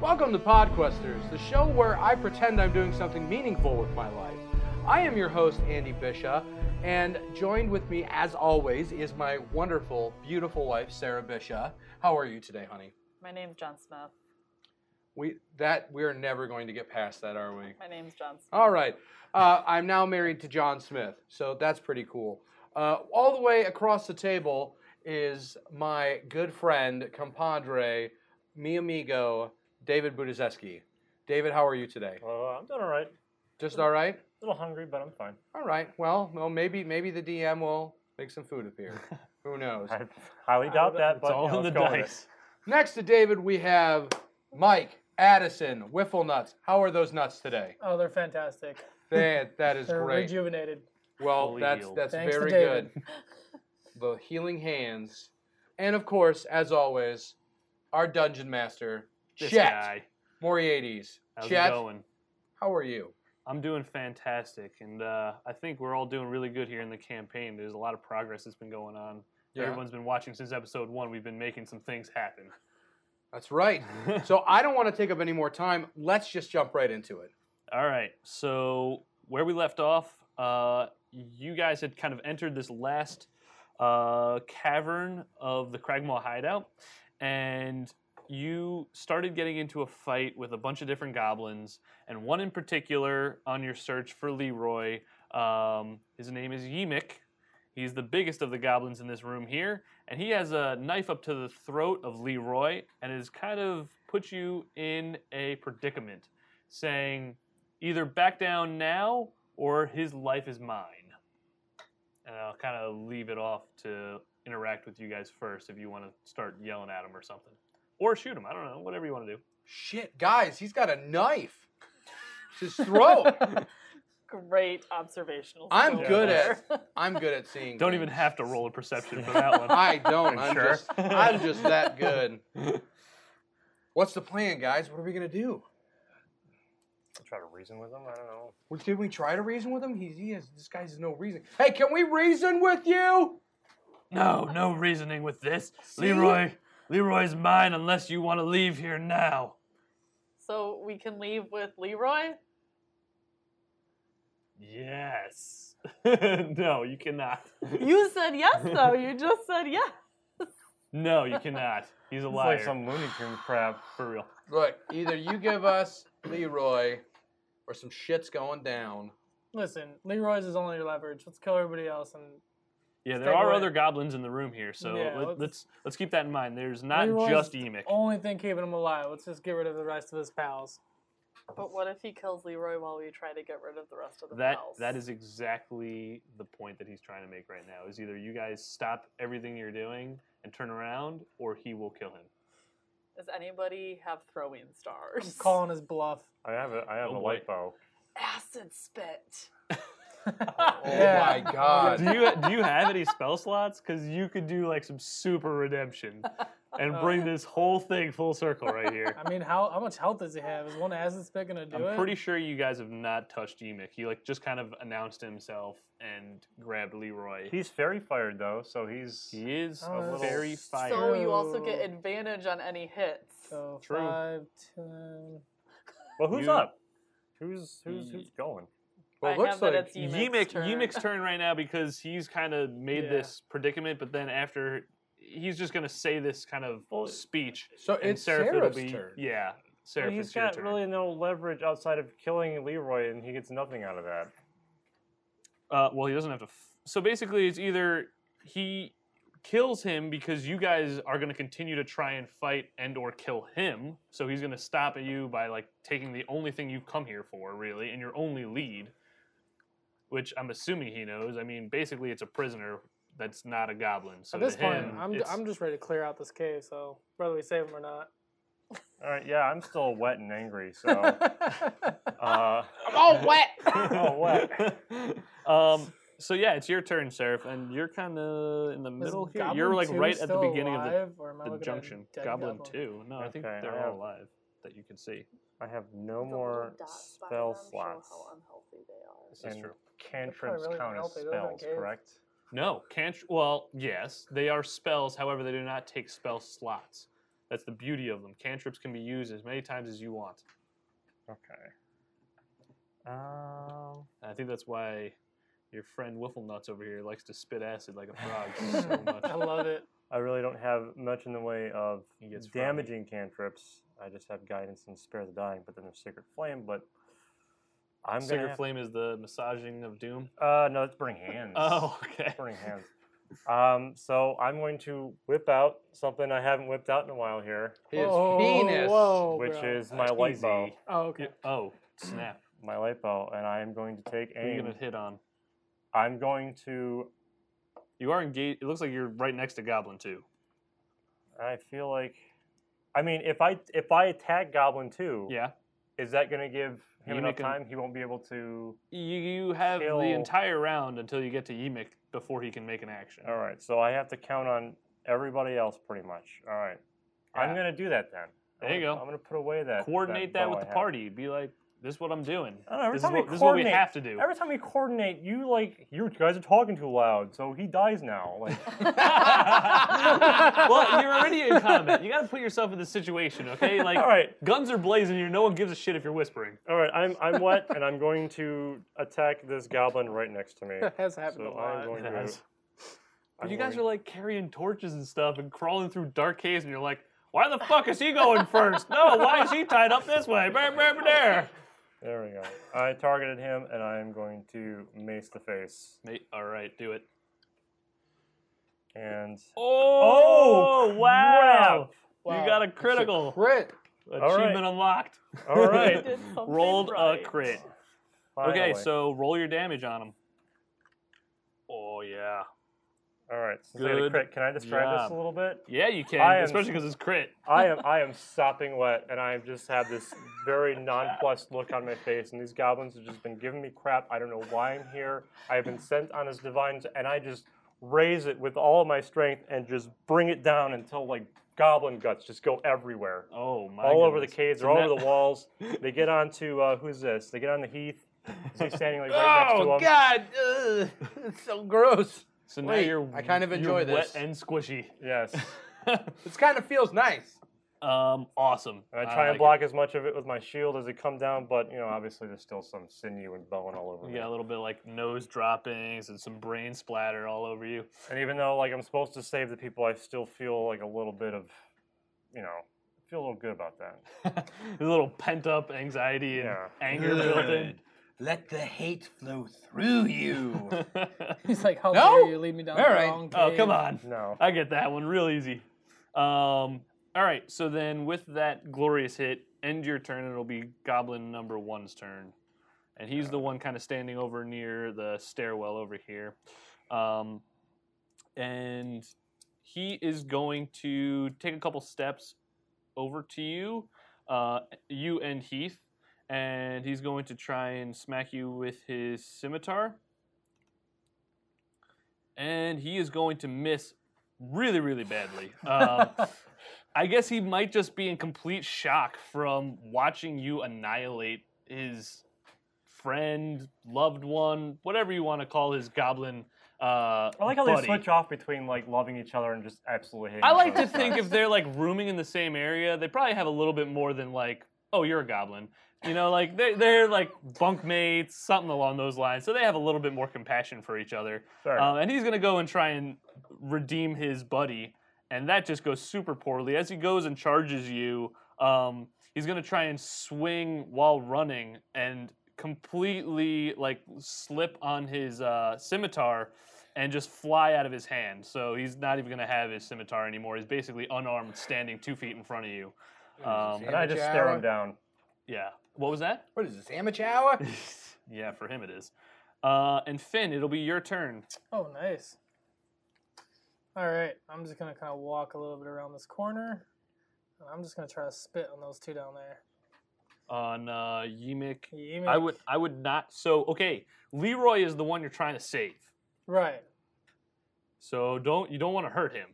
Welcome to Podquesters, the show where I pretend I'm doing something meaningful with my life. I am your host, Andy Bisha, and joined with me, as always, is my wonderful, beautiful wife, Sarah Bisha. How are you today, honey? My name's John Smith. We that we are never going to get past that, are we? My name's John Smith. All right. Uh, I'm now married to John Smith, so that's pretty cool. Uh, all the way across the table is my good friend, compadre, mi amigo, David Budizeski. David, how are you today? Uh, I'm doing all right. A Just all right. little hungry, but I'm fine. All right. Well, well, maybe maybe the DM will make some food appear. Who knows? I highly doubt that, but yeah, let's go with it. Next to David, we have Mike Addison Wiffle Nuts. How are those nuts today? Oh, they're fantastic. That that is They're great. rejuvenated. Well, Fully that's healed. that's Thanks to very good. David. The healing hands, and of course, as always, our dungeon master, This Chet guy. Moriades. How's Chet, it going? how are you? I'm doing fantastic, and uh, I think we're all doing really good here in the campaign. There's a lot of progress that's been going on. Everyone's been watching since episode one. We've been making some things happen. that's right. so I don't want to take up any more time. Let's just jump right into it. All right. So where we left off, uh, you guys had kind of entered this last uh, cavern of the Cragmaw hideout, and you started getting into a fight with a bunch of different goblins, and one in particular on your search for Leroy. Um, his name is Yemik. He's the biggest of the goblins in this room here, and he has a knife up to the throat of Leroy, and has kind of put you in a predicament saying either back down now or his life is mine. And I'll kind of leave it off to interact with you guys first if you want to start yelling at him or something. Or shoot him. I don't know. Whatever you want to do. Shit, guys, he's got a knife. It's his throat. Great observational. I'm skill good there. I'm good at seeing. Don't even things. have to roll a perception for that one. I don't. I'm I'm sure. just. I'm just that good. What's the plan, guys? What are we gonna do? try to reason with him. I don't know. Well, Did we try to reason with him? He, he has this guy has no reason. Hey, can we reason with you? No, no reasoning with this. See? Leroy, Leroy's mine unless you want to leave here now. so we can leave with Leroy. Yes. no, you cannot. You said yes, though. You just said yes. No, you cannot. He's a It's liar. like some Looney Tunes crap. For real. Look, either you give us Leroy, or some shit's going down. Listen, Leroy's is only your leverage. Let's kill everybody else. And Yeah, Let's there take are away- other goblins in the room here, so Yeah, let, us let's- let's keep that in mind. There's not Leroy's just Emic. only thing keeping him alive. Let's just get rid of the rest of his pals. But what if he kills Leroy while we try to get rid of the rest of the That pals? that is exactly the point that he's trying to make right now. Is either you guys stop everything you're doing and turn around, or he will kill him. Does anybody have throwing stars? I'm calling his bluff. I have a, I have Oh, a boy. light bow. acid spit. Oh Yeah. my god. Do you do you have any spell slots? Because you could do like some super redemption and bring this whole thing full circle right here. I mean, how how much health does he have? Is one acid spit gonna do it? I'm pretty sure you guys have not touched Emic. He like just kind of announced himself and grabbed Leroy. He's fairy fired though, so he's He is Oh, a that's- very fire. So you also get True. advantage on any hits. So True. five, ten. well. Who's You- up? Who's who's who's going? Well, I looks have that like it's Yimik's Yemek's turn. turn. turn right now because he's kind of made Yeah. this predicament, but then after he's just gonna say this kind of speech. so. and It's Seraph, it'll Sarah's be- turn. Yeah, Seraph, Well, he's it's your got turn. really no leverage outside of killing Leroy, and he gets nothing out of that. Uh, well, he doesn't have to. F- so basically, it's either he kills him because you guys are going to continue to try and fight and or kill him. So he's going to stop at you by like taking the only thing you've come here for, really, and your only lead, which I'm assuming he knows. I mean, basically, it's a prisoner that's not a goblin. So At this to point, him, I'm it's- I'm just ready to clear out this cave. So whether we save him or not. All right, yeah, I'm still wet and angry, so uh, I'm all wet. Oh, um, so yeah, it's your turn, Seraph, and you're kind of in the middle here. You're like right at the beginning of the, the junction. Goblin, two. No, I think Okay, they're I all have- alive that you can see. I have no The more little dot spot spell on them show slots. How unhealthy they This is And true. Cantrips really count as unhealthy, they're in a spells, cave. correct? No, can't. Well, yes, they are spells. However, they do not take spell slots. That's the beauty of them. Cantrips can be used as many times as you want. Okay. Um, And I think that's why your friend Wifflenuts over here likes to spit acid like a frog so much. I love it. I really don't have much in the way of He gets froggy. damaging cantrips. I just have guidance and spare the dying, but then there's sacred flame. But I'm Sacred gonna have- Flame is the massaging of doom. Uh, no, let's bring hands. Oh, okay. burning hands. Um, so I'm going to whip out something I haven't whipped out in a while here, His Oh, penis. Whoa, which bro. is my That's light bow. easy. Oh, okay. Yeah, Oh, snap. My light bow, and I am going to take Who are you aim. going to hit on? I'm going to. You are engaged. It looks like you're right next to Goblin too. I feel like. I mean, if I if I attack Goblin two, Yeah. is that going to give him You enough make him- time? He won't be able to. You, you have Kill. the entire round until you get to Yemick before he can make an action. All right, so I have to count on everybody else pretty much. All right, I'm Yeah. going to do that then. I'm There you gonna- go. I'm going to put away that. Coordinate that, bow with I the have. party. Be like, this is what I'm doing. I don't know, every This is, time we what, this is what we coordinate- have to do. Every time we coordinate, you like you guys are talking too loud, so he dies now. Like, well, you're already in combat. You got to put yourself in the situation, okay? Like, all right, guns are blazing here. No one gives a shit if you're whispering. all right, I'm I'm wet, and I'm going to attack this goblin right next to me. That has happened so a lot. I'm going It to. has. I'm you guys are going- like carrying torches and stuff and crawling through dark caves, and you're like, why the fuck is he going first? No, why is he tied up this way? Brr, brr, brr, there. There we go. I targeted him, and I am going to mace the face. Mate, all right, do it. And Oh, crap. wow. Wow. You got a critical. Crit. right. Achievement unlocked. all You right, did something Rolled right. a crit. finally. Okay, so roll your damage on him. Oh, yeah. all right, since I got a Good crit, can I describe this job. a little bit? Yeah, you can, I am- especially because it's crit. I am I am sopping wet, and I just have this very nonplussed look on my face. And these goblins have just been giving me crap. I don't know why I'm here. I have been sent on as divine, and I just raise it with all of my strength and just bring it down until like goblin guts just go everywhere, Oh, my all over the goodness. caves, Isn't or all that- over the walls. They get onto uh, who's this? They get on the heath. Is he standing like right next to oh him? God, Ugh. it's so gross. So now Wait, you're I kind of you're enjoy wet this. and squishy. Yes. It kind of feels nice. um, awesome. And I try like and it. block as much of it with my shield as it come down, but you know, obviously there's still some sinew and bone all over You me. got a little bit like nose droppings and some brain splatter all over you. And even though like I'm supposed to save the people, I still feel like a little bit of, you know, feel a little good about that. There's a little pent up anxiety and Yeah. anger built in. Let the hate flow through you. He's like, how No? dare you lead me down All the right. wrong oh, cave. come on. No. I get that one real easy. Um, all right, so then with that glorious hit, end your turn, and it'll be Goblin number one's turn. And he's the one kind of standing over near the stairwell over here. Um, and he is going to take a couple steps over to you, uh, you and Heath, and he's going to try and smack you with his scimitar. And he is going to miss really, really badly. Um, I guess he might just be in complete shock from watching you annihilate his friend, loved one, whatever you want to call his goblin. Uh, I like how buddy. they switch off between like loving each other and just absolutely hating. I each like to other think if first. they're like rooming in the same area, they probably have a little bit more than like, oh, you're a goblin. You know, like they're, they're like bunk mates, something along those lines. So they have a little bit more compassion for each other. Sorry. Um, and he's going to go and try and redeem his buddy. And that just goes super poorly. As he goes and charges you, um, he's going to try and swing while running and completely like slip on his uh, scimitar and just fly out of his hand. So he's not even going to have his scimitar anymore. He's basically unarmed, standing two feet in front of you. Um, and I just stare him down. Yeah. What was that? What is this sandwich hour? yeah, for him it is. Uh, and Finn, it'll be your turn. Oh, nice. All right, I'm just gonna kind of walk a little bit around this corner. and I'm just gonna try to spit on those two down there. on uh, Yimik. You I make- would I would not. So okay, Leroy is the one you're trying to save. Right. So don't you don't want to hurt him.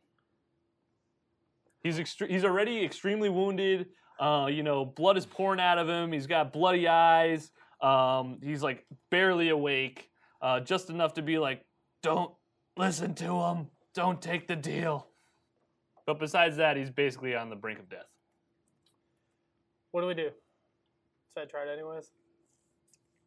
He's extre- he's already extremely wounded. Uh, you know, blood is pouring out of him. He's got bloody eyes. Um, he's like barely awake, uh, just enough to be like, "Don't listen to him. Don't take the deal." But besides that, he's basically on the brink of death. What do we do? Should I try it anyways?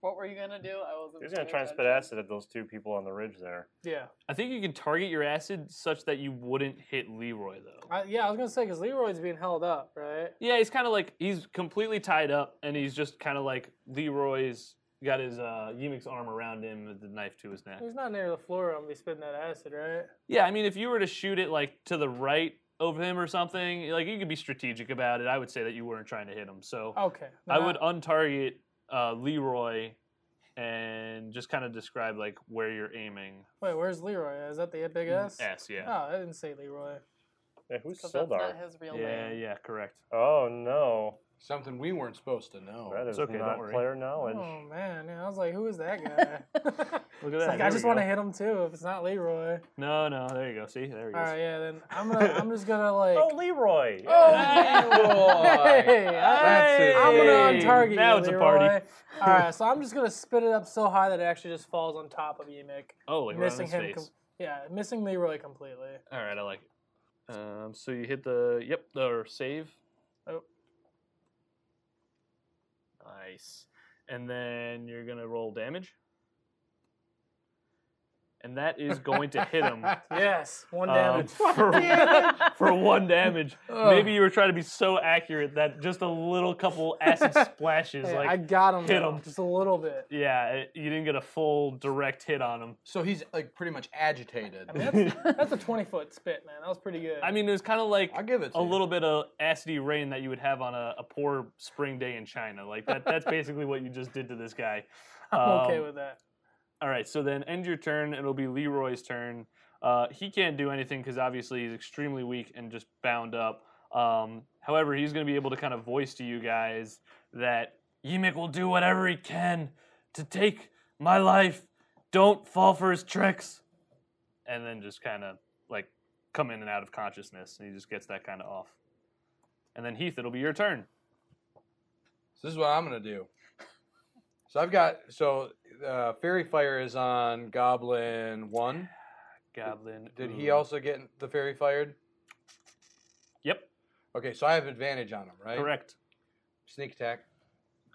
What were you gonna do? I wasn't. He's gonna paying try and spit attention. acid at those two people on the ridge there. Yeah. I think you can target your acid such that you wouldn't hit Leroy though. I, yeah, I was gonna say because Leroy's being held up, right? yeah, he's kind of like he's completely tied up, and he's just kind of like Leroy's got his uh, Yimik's arm around him with the knife to his neck. He's not near the floor. I'm gonna be spitting that acid, right? Yeah, I mean, if you were to shoot it like to the right of him or something, like you could be strategic about it. I would say that you weren't trying to hit him, so Okay. I Nah. would untarget uh, Leroy and just kind of describe like where you're aiming. Wait, where's Leroy? Is that the big S? S, Mm, yeah, Oh, I didn't say Leroy. Yeah, who's Because that's Sildar? not his real yeah, name. yeah, correct. Oh no, Something we weren't supposed to know. that is Oh, okay, don't not worry. player knowledge. Oh man, yeah, I was like, who is that guy? Look at It's that. like, there I we just want to go. hit him too. If it's not Leroy. No, no, there you go. See, there he All is. right, yeah. Then I'm gonna, I'm just gonna like. Oh, Leroy! Oh, Hey, Leroy! I- That's I'm gonna it. untarget you, Now it's a party. Leroy. All right, so I'm just gonna spit it up so high that it actually just falls on top of Emic, Oh, like right on missing his him. face. com- yeah, missing Leroy completely. All right, I like it. Um, so you hit the yep the save. Oh. Nice. And then you're gonna roll damage. And that is going to hit him Yes, one um, damage. for, for one damage. Ugh. Maybe you were trying to be so accurate that just a little couple acid splashes, Hey, like I got him. hit though, him. just a little bit. yeah, it- you didn't get a full direct hit on him. So he's like pretty much agitated. I mean, that's, that's a 20 foot spit, man. That was pretty good. I mean, it was kind of like I give it to a you. little bit of acidy rain that you would have on a, a poor spring day in China. Like that. That's basically what you just did to this guy. I'm okay Um, with that. All right. So then, end your turn. It'll be Leroy's turn. Uh, he can't do anything because obviously he's extremely weak and just bound up. Um, however, he's going to be able to kind of voice to you guys that Yimik will do whatever he can to take my life. Don't fall for his tricks. And then just kind of like come in and out of consciousness. And he just gets that kind of off. And then Heath, it'll be your turn. So this is what I'm gonna do. So I've got so uh, fairy fire is on goblin one. Goblin. Did ooh. he also get the fairy fired? Yep. Okay, so I have advantage on him, right? Correct. Sneak attack.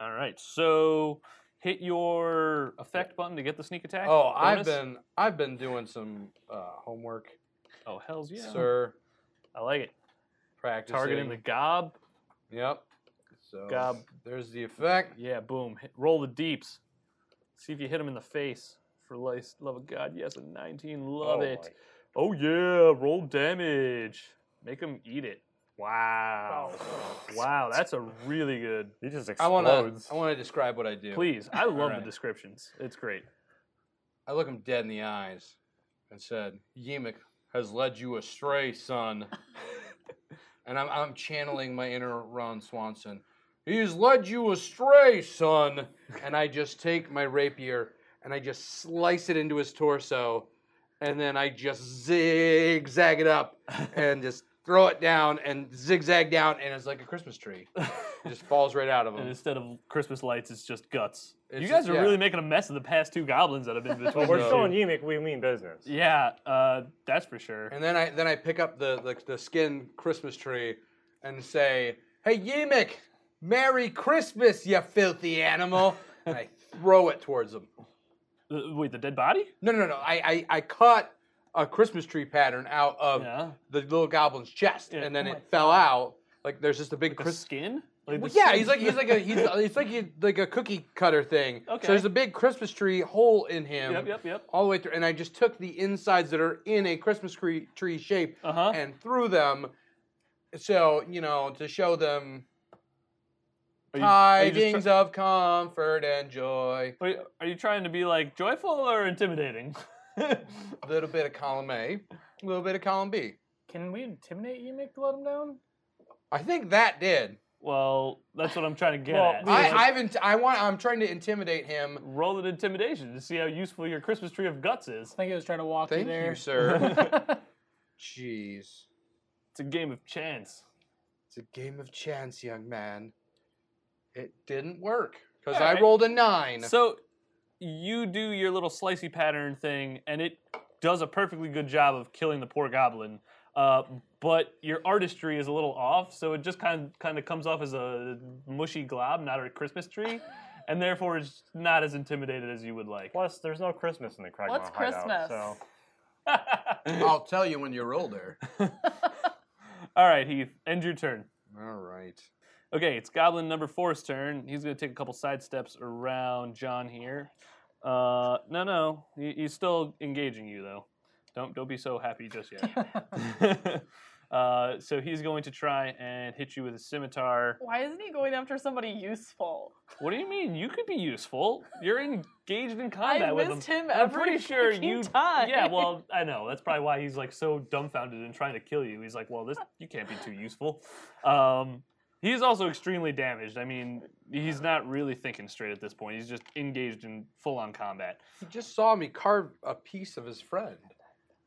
All right. So hit your effect button to get the sneak attack. Oh, I've bonus. been I've been doing some uh, homework, Oh, hells yeah. sir. I like it. Practicing. Targeting the gob. Yep. So Gob. there's the effect. Yeah, boom. Hit, roll the deeps. See if you hit him in the face. For lice, love of God, yes, a 19. Love Oh, it. my- Oh, yeah. Roll damage. Make him eat it. Wow. Wow, that's a really good. He just I explodes. wanna I wanna describe what I do. Please, I love Alright. the descriptions. It's great. I look him dead in the eyes and said, Yemek has led you astray, son. and I'm, I'm channeling my inner Ron Swanson. He's led you astray, son. And I just take my rapier and I just slice it into his torso. And then I just zigzag it up and just throw it down and zigzag down. And it's like a Christmas tree. It just falls right out of And him. instead of Christmas lights, it's just guts. you It's- guys are yeah. really making a mess of the past two goblins that have been between. We're the two. showing Yimik we mean business. Yeah, uh, that's for sure. And then I then I pick up the the, the skin Christmas tree and say, "Hey Yemek, Merry Christmas, you filthy animal!" and I throw it towards him. Uh, Wait, the dead body? No, no, no. I I, I cut a Christmas tree pattern out of Yeah. the little goblin's chest, Yeah. and then Oh it fell out. Like there's just a big The Chris- skin? Like the Well, yeah, skin- he's like he's like a he's it's like he, like a cookie cutter thing. Okay. So there's a big Christmas tree hole in him. Yep, yep, yep. All the way through, and I just took the insides that are in a Christmas tree, tree shape Uh huh. and through them. So, you know, to show them tidings of comfort and joy. Wait, are you trying to be like joyful or intimidating? A little bit of column A, a little bit of column B. Can we intimidate Emic to let him down? I think that did. well, that's what I'm trying to get Well, at. we- I, I've int- I want. I'm trying to intimidate him. Roll an intimidation to see how useful your Christmas tree of guts is. I think he was trying to walk Thank you there. you, sir. Jeez, It's a game of chance. it's a game of chance, young man. It didn't work because All I right. rolled a nine. So you do your little slicey pattern thing, and it does a perfectly good job of killing the poor goblin. Uh, but your artistry is a little off, so it just kind of, kind of comes off as a mushy glob, not a Christmas tree, and therefore it's not as intimidated as you would like. Plus, there's no Christmas in the Cragmore What's hideout, Christmas? so I'll tell you when you're older. All right, Heath, end your turn. All right. Okay, it's Goblin number four's turn. He's going to take a couple side steps around John here. Uh, no, no, he, he's still engaging you though. Don't don't be so happy just yet. uh, so he's going to try and hit you with a scimitar. Why isn't he going after somebody useful? What do you mean? You could be useful. You're engaged in I combat with him. missed him I'm every pretty sure freaking you. time. Yeah, well, I know. That's probably why he's like so dumbfounded and trying to kill you. He's like, well, this you can't be too useful. Um, he's also extremely damaged. I mean, he's not really thinking straight at this point. He's just engaged in full-on combat. He just saw me carve a piece of his friend.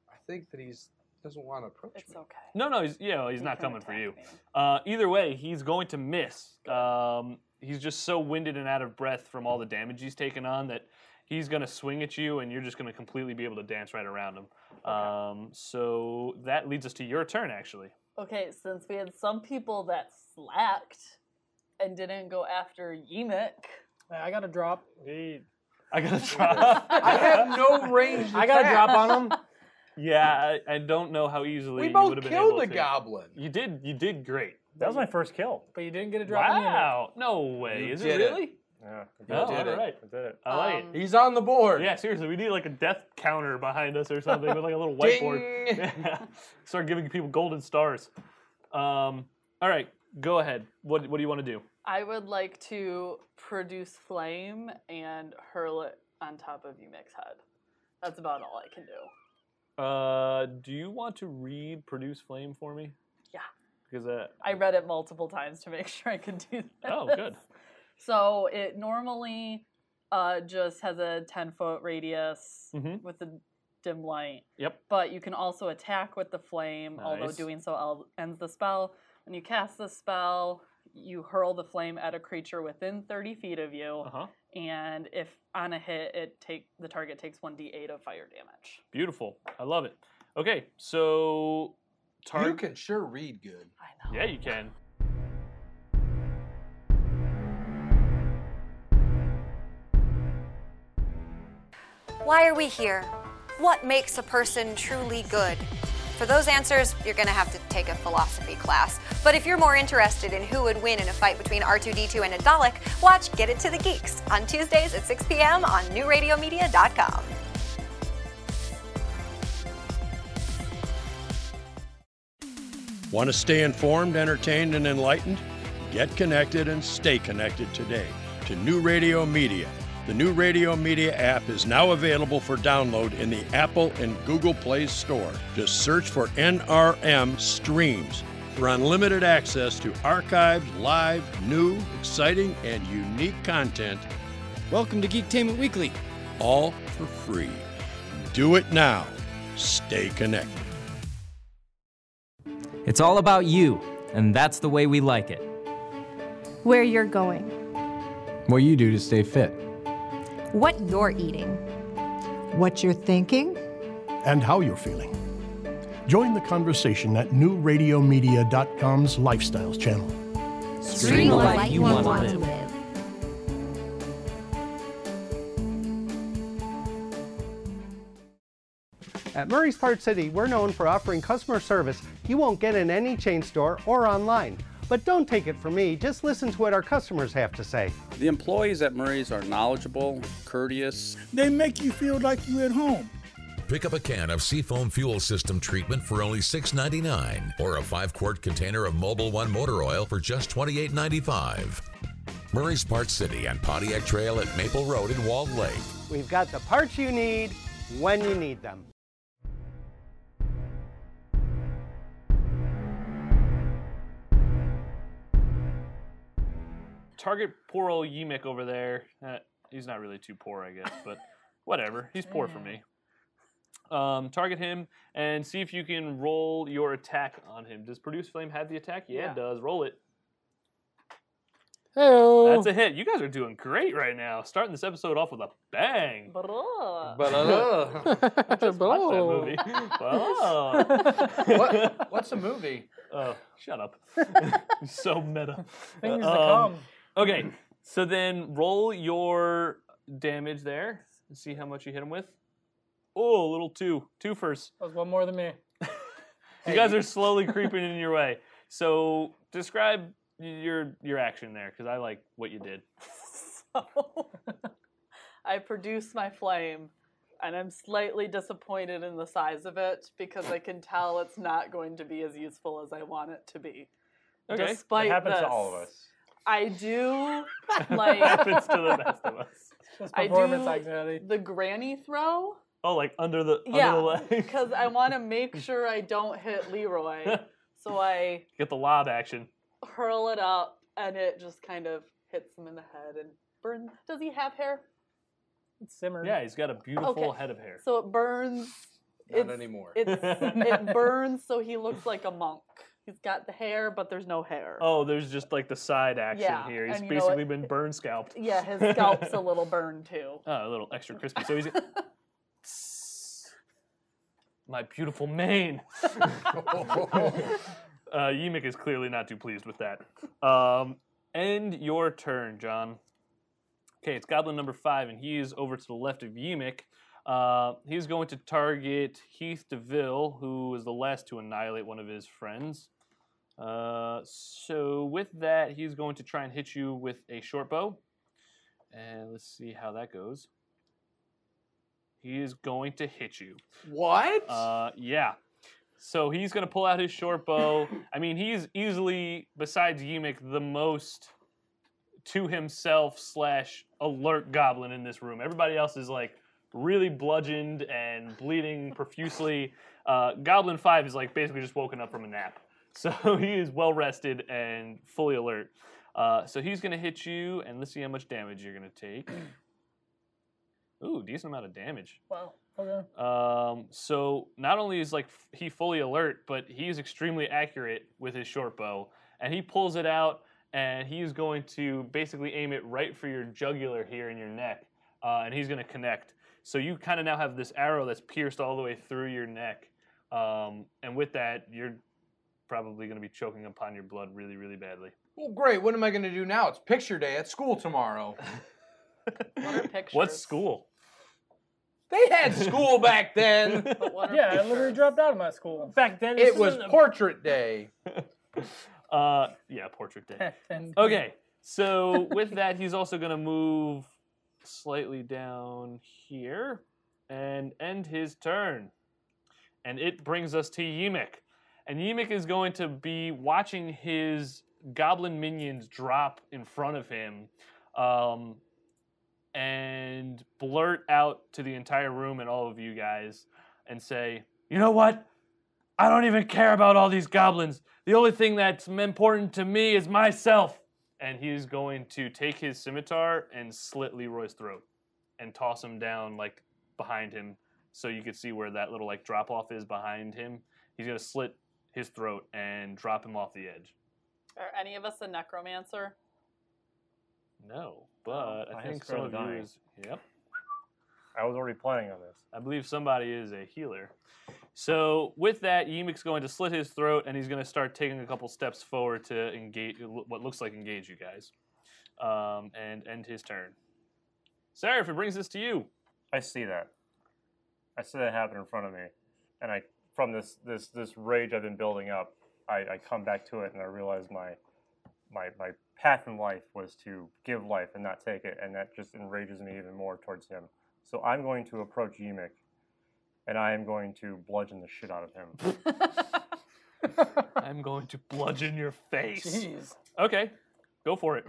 I think that he's doesn't want to approach it's me. okay. No, no, he's yeah, he's You not can coming for attack you. me. Uh, either way, he's going to miss. Um, he's just so winded and out of breath from all the damage he's taken on that he's going to swing at you, and you're just going to completely be able to dance right around him. Um, so that leads us to your turn, actually. Okay, since we had some people that slacked and didn't go after Yemek, Hey, I got a drop. he, I gotta drop. I have no range. I got a drop on him. Yeah, I, I don't know how easily We you both would've been able killed a to. goblin. You did. You did great. that was my first kill. But you didn't get a drop on Yemek. Wow. No way. You Is did it it. really? Yeah, I No. did it. Oh, all right. I did it. I like Um, He's on the board. it. Yeah. Seriously, we need like a death counter behind us or something with like a little whiteboard. Ding. Start giving people golden stars. Um. All right. Go ahead. What What do you want to do? I would like to produce flame and hurl it on top of Yemek's head. That's about all I can do. Uh. Do you want to read produce flame for me? Yeah. Because uh, that. I read it multiple times to make sure I could do that. Oh, good. So it normally uh, just has a 10 foot radius Mhm. with a dim light, Yep. but you can also attack with the flame, although Nice. doing so el- ends the spell. When you cast the spell, you hurl the flame at a creature within 30 feet of you, Uh huh. and if on a hit, it take the target takes 1d8 of fire damage. Beautiful. I love it. Okay. So. You Target. can sure read good. I know. Yeah, you can. Why are we here? What makes a person truly good? For those answers, you're going to have to take a philosophy class. But if you're more interested in who would win in a fight between R2D2 and a Dalek, watch Get It to the Geeks on Tuesdays at 6 p.m. on newradiomedia.com. Want to stay informed, entertained, and enlightened? Get connected and stay connected today to New Radio Media. The New Radio Media app is now available for download in the Apple and Google Play Store. Just search for NRM Streams for unlimited access to archived, live, new, exciting, and unique content, Welcome to Geektainment Weekly. all for free. Do it now. Stay connected. It's all about you, and that's the way we like it. where you're going, What you do to stay fit. What you're eating. what you're thinking. and how you're feeling. Join the conversation at newradiomedia.com's Lifestyles channel. Stream the life you want to live. At Murray's Part City, we're known for offering customer service you won't get in any chain store or online. But don't take it from me, just listen to what our customers have to say. The employees at Murray's are knowledgeable, courteous. They make you feel like you're at home. Pick up a can of Seafoam Fuel System treatment for only $6.99 or a 5-quart container of Mobil 1 motor oil for just $28.95. Murray's Part City and Pontiac Trail at Maple Road in Walled Lake. We've got the parts you need when you need them. target poor old Yemek over there. Uh, he's not really too poor, I guess, but whatever. He's poor for me. Um, target him and see if you can roll your attack on him. Does Produce Flame have the attack? Yeah, Yeah. it does. Roll it. Oh. That's a hit. You guys are doing great right now. Starting this episode off with a bang. I just watched that movie. Blah. Oh. What- what's a movie? Oh, shut up. so meta. Things to Um, come. Okay, so then roll your damage there and see how much you hit him with. Oh, a little two. Two first. That was one more than me. You guys are slowly creeping in your way. So describe your your action there, because I like what you did. I produce my flame, and I'm slightly disappointed in the size of it because I can tell it's not going to be as useful as I want it to be. Okay. It Despite happens to this, all of us. I do like happens to the best of us. Just I performance do anxiety. the granny throw. Oh, like under the under the Yeah, leg. because I want to make sure I don't hit Leroy, so I Get the lob action. hurl it up, and it just kind of hits him in the head and burns. Does he have hair? Simmer. Yeah, he's got a beautiful Okay. head of hair. So it burns. Not it's- anymore. It's, it burns, so he looks like a monk. He's got the hair, but there's no hair. Oh, there's just like the side action Yeah, here. He's and you know what- basically been burn scalped. Yeah, his scalp's a little burned too. Oh, a little extra crispy. So he's my beautiful mane. Uh, Yimik is clearly not too pleased with that. Um, end your turn, John. Okay, it's Goblin number five, and he is over to the left of Yimik. Uh, he's going to target Heath DeVille, who was the last to annihilate one of his friends. Uh, so with that, he's going to try and hit you with a short bow. And let's see how that goes. He is going to hit you. What? Uh, yeah. So he's gonna pull out his short bow. I mean, he's easily, besides Yimik, the most to himself slash alert goblin in this room. Everybody else is like really bludgeoned and bleeding profusely. Uh, goblin five is like basically just woken up from a nap, so he is well rested and fully alert. Uh, so he's gonna hit you, and let's see how much damage you're gonna take. Ooh, decent amount of damage. Wow. Okay. Um, so not only is like f- he fully alert, but he is extremely accurate with his short bow, and he pulls it out, and he is going to basically aim it right for your jugular here in your neck, uh, and he's going to connect. So you kind of now have this arrow that's pierced all the way through your neck, um, and with that, you're probably going to be choking upon your blood really, really badly. Well, great. What am I going to do now? It's picture day at school tomorrow. What's school? They had school back then. yeah, I literally dropped out of my school. Back then, It was portrait day. Uh, yeah, portrait day. Okay, so with that, he's also going to move slightly down here and end his turn. And it brings us to Yimik. And Yimik is going to be watching his goblin minions drop in front of him um, and blurt out to the entire room and all of you guys and say, You know what? I don't even care about all these goblins. The only thing that's m- important to me is myself. And he's going to take his scimitar and slit Leroy's throat and toss him down like behind him so you can see where that little like drop off is behind him. He's going to slit his throat and drop him off the edge. Are any of us a necromancer? No, but I I am think scared some of of you dying. is. Yep. I was already planning on this. I believe somebody is a healer. So with that, Yimik's going to slit his throat, and he's going to start taking a couple steps forward to engage what looks like engage you guys, um, and end his turn. Sarah, if it brings this to you, I see that. I see that happen in front of me, and I from this this this rage I've been building up, I, I come back to it and I realize my my my path in life was to give life and not take it, and that just enrages me even more towards him. So I'm going to approach Yimik, and I am going to bludgeon the shit out of him. I'm going to bludgeon your face. Jeez. Okay, go for it.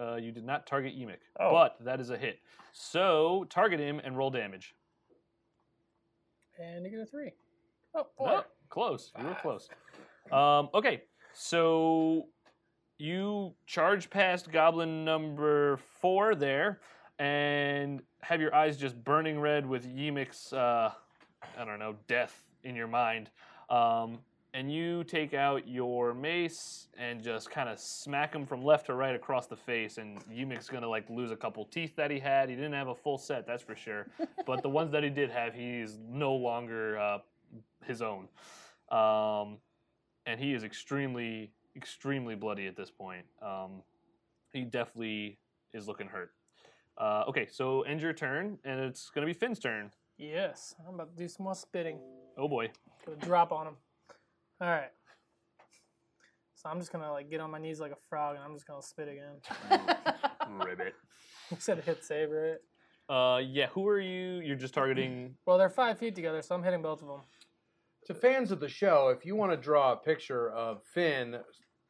Uh, you did not target Yimik, Oh. but that is a hit. So target him and roll damage. And you get a three. Oh, four. No, close. You were close. Um, okay, so you charge past goblin number four there, and have your eyes just burning red with Yemik's, uh, I don't know, death in your mind. Um, and you take out your mace and just kind of smack him from left to right across the face. And Yumik's gonna like lose a couple teeth that he had. He didn't have a full set, that's for sure. but the ones that he did have, he is no longer uh, his own, um, and he is extremely, extremely bloody at this point. Um, he definitely is looking hurt. Uh, okay, so end your turn, and it's gonna be Finn's turn. Yes, I'm about to do some more spitting. Oh boy. Put a drop on him. All right. So I'm just gonna like get on my knees like a frog, and I'm just gonna spit again. Ribbit. you said hit save, right? Uh, yeah. Who are you? You're just targeting. Well, they're five feet together, so I'm hitting both of them. To fans of the show, if you want to draw a picture of Finn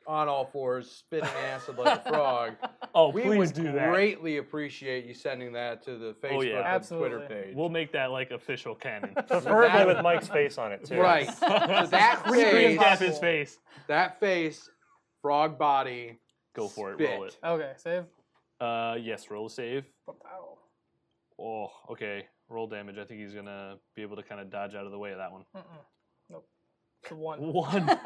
on all fours, spitting acid like a frog, Oh, we please would do that. greatly appreciate you sending that to the Facebook oh yeah, and Twitter page. We'll make that like official canon. Preferably with Mike's face on it too. Right. So that face, Screencap his face. That face, frog body. Go for it. Roll it. Okay, save. Uh, yes. Roll a save. Oh, okay. Roll damage. I think he's gonna be able to kind of dodge out of the way of that one. Mm-mm. Nope. It's a one. One.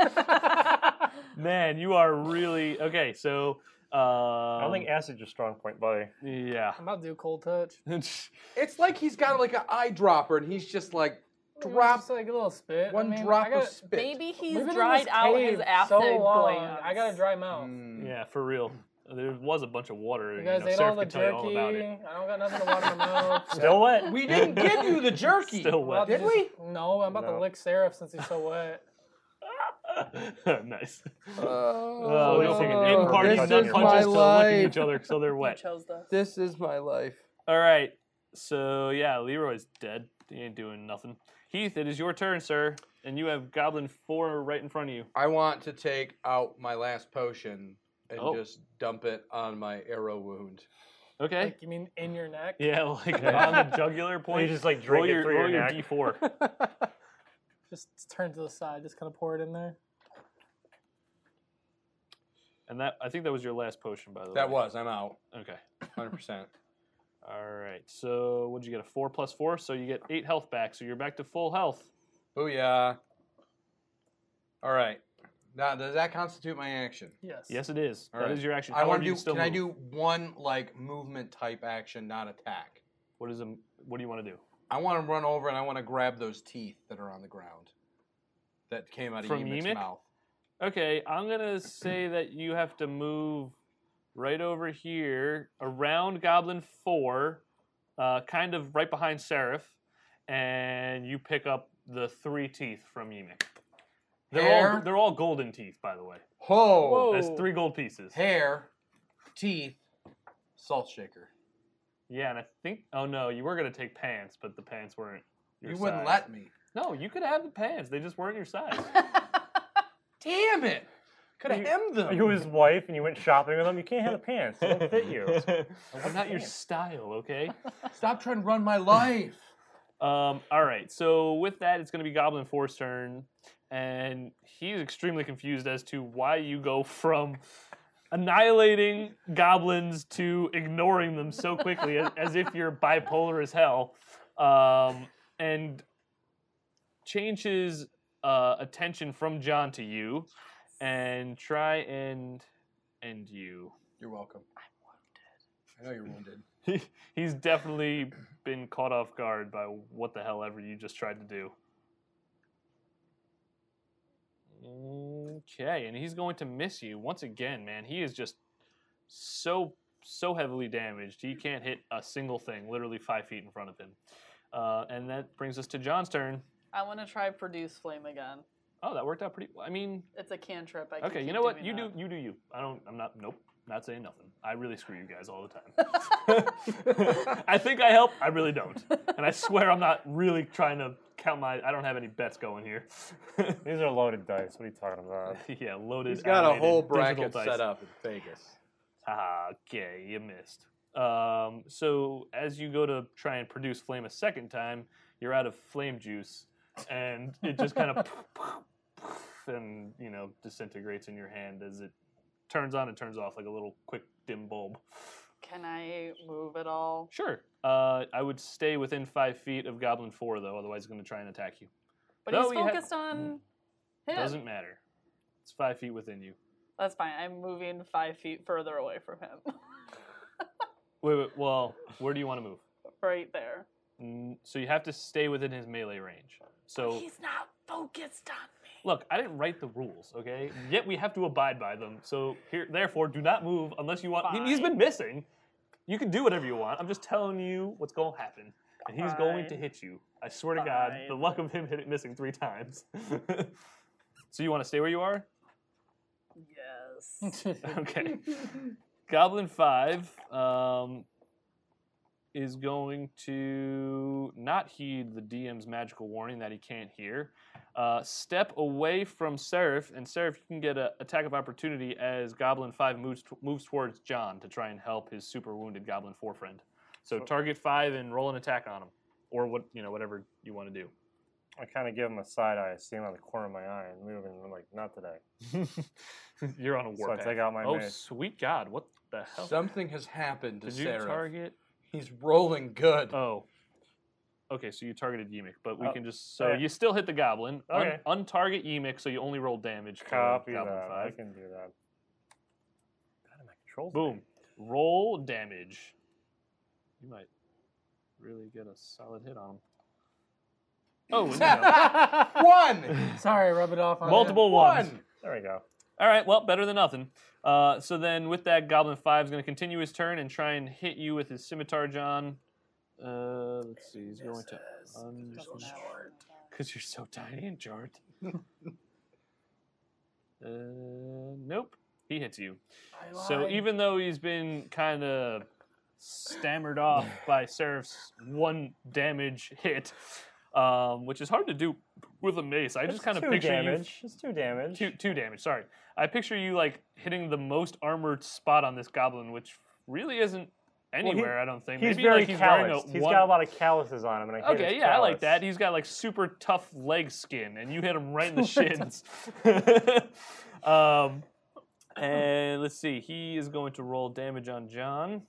Man, you are really okay. So. Um, I don't think acid's your strong point, buddy. Yeah. I'm about to do cold touch. It's like he's got like an eyedropper and he's just like drop Just like a little spit. one I mean, drop I gotta, of spit. Maybe he's We've been in dried this out his cave acid so long. glands. I gotta dry him out. Mm. Yeah, for real. There was a bunch of water. You guys know, ate Seraph all the could tell you jerky. all about it. I don't got nothing to water my mouth. Still wet. We didn't give you the jerky. Still I'm about wet. to just- No, I'm about No. to lick Seraph since he's so wet. nice. Oh, no. In party this done is my punches still licking life. each other so they're wet. chose this. This is my life. All right. So yeah, Leroy's dead. He ain't doing nothing. Heath, it is your turn, sir, and you have Goblin Four right in front of you. I want to take out my last potion and Oh. just dump it on my arrow wound. Okay. Like, you mean in your neck? yeah, like on the jugular point. just, like, roll drink it your, through your roll your neck. D4. Just turn to the side. Just kind of pour it in there. and that I think that was your last potion, by the way. That was. I'm out. Okay. 100%. All right. So what'd you get? A four plus four, so you get eight health back. So you're back to full health. Booyah. All right. Now, does that constitute my action? Yes. Yes, it is. All That is right. your action. I How want are to you do. still Can I moving? do one like movement type action, not attack? What is a, What do you want to do? I want to run over and I want to grab those teeth that are on the ground that came out of From Yemek's Yemek? mouth. Okay, I'm gonna say that you have to move right over here around Goblin Four, uh, kind of right behind Seraph, and you pick up the three teeth from Yemek. They're all Hair. they're all golden teeth, by the way. Ho! That's three gold pieces. Hair, teeth, salt shaker. Yeah, and I think oh no, you were gonna take pants, but the pants weren't. Your you wouldn't size. let me. No, you could have the pants. They just weren't your size. Damn it! Could have hemmed them. You his wife, and you went shopping with him. You can't have the pants; they don't fit you. I'm not your style, okay? Stop trying to run my life. Um, all right. So with that, it's going to be Goblin Four's turn, and he's extremely confused as to why you go from annihilating goblins to ignoring them so quickly, as, as if you're bipolar as hell, um, and changes uh, attention from John to you, and try and end you. You're welcome. I'm wounded. I know you're wounded. He- he's definitely been caught off guard by what the hell ever you just tried to do. Okay, and he's going to miss you once again, man. He is just so so heavily damaged. He can't hit a single thing, literally five feet in front of him. Uh, and that brings us to John's turn. I want to try produce flame again. Oh, that worked out pretty. I mean, It's a cantrip. I can okay, you keep know what? doing You that. do you do you. I don't. I'm not. Nope. Not saying nothing. I really screw you guys all the time. I think I help. I really don't. And I swear I'm not really trying to count my. I don't have any bets going here. These are loaded dice. What are you talking about? yeah, loaded. He's got a animated whole digital bracket dice. set up in Vegas. Ah, okay, you missed. Um, so as you go to try and produce flame a second time, you're out of flame juice, and it just kind of and you know disintegrates in your hand as it turns on and turns off like a little quick dim bulb. Can I move at all? Sure. Uh, I would stay within five feet of Goblin Four though, otherwise it's going to try and attack you. But No, he's we have- focused on Him. Doesn't matter. It's five feet within you. That's fine. I'm moving five feet further away from him. Wait, wait. Well, where do you want to move? right there. N- So you have to stay within his melee range. So He's not focused on me. look, I didn't write the rules, okay? Yet we have to abide by them. So here, therefore, do not move unless you want. he- He's been missing. You can do whatever you want. I'm just telling you what's going to happen, and he's going to Fine. hit you. I swear to God, the luck of him hitting missing three times. so you want to stay where you are? Yes. okay. Goblin five um, is going to not heed the DM's magical warning that he can't hear. Uh, step away from Seraph, and Seraph, you can get an attack of opportunity as Goblin five moves t- moves towards John to try and help his super wounded Goblin four friend. So So- target five and roll an attack on him, or what you know, whatever you want to do. I kind of give him a side eye, see him out of the corner of my eye, and move, and I'm like, not today. You're on a So I warpath. take out my oh, mace. sweet God! What the hell? Something has happened to Did you Seraph. target? He's rolling good. Oh. Okay, so you targeted Yemic, but we Oh, can just so okay. you still hit the goblin. Un- Okay. untarget Yemic, so you only roll damage. to Copy goblin that. I Five. can do that. God, my controls. Boom. Roll damage. You might really get a solid hit on him. Oh, and one. Sorry, rub it off on you. Multiple ones. There we go. All right, well, better than nothing. Uh, so then, with that, Goblin 5 is going to continue his turn and try and hit you with his scimitar, John. Uh, let's see, he's going to. Because you're so tiny and short. uh, nope, he hits you. So lied. even though he's been kind of stammered off by Seraph's one damage hit, um, which is hard to do with a mace, I just It's kind of two picture damage. you. It's two damage. Two, two damage. Sorry, I picture you like hitting the most armored spot on this goblin, which really isn't Well, he- anywhere. I don't think. He's Maybe very like he's wearing calloused. a he's one, got a lot of calluses on him, and I hate Okay, his yeah, I like callus. that. He's got like super tough leg skin, and you hit him right in the shins. um, and let's see, he is going to roll damage on John.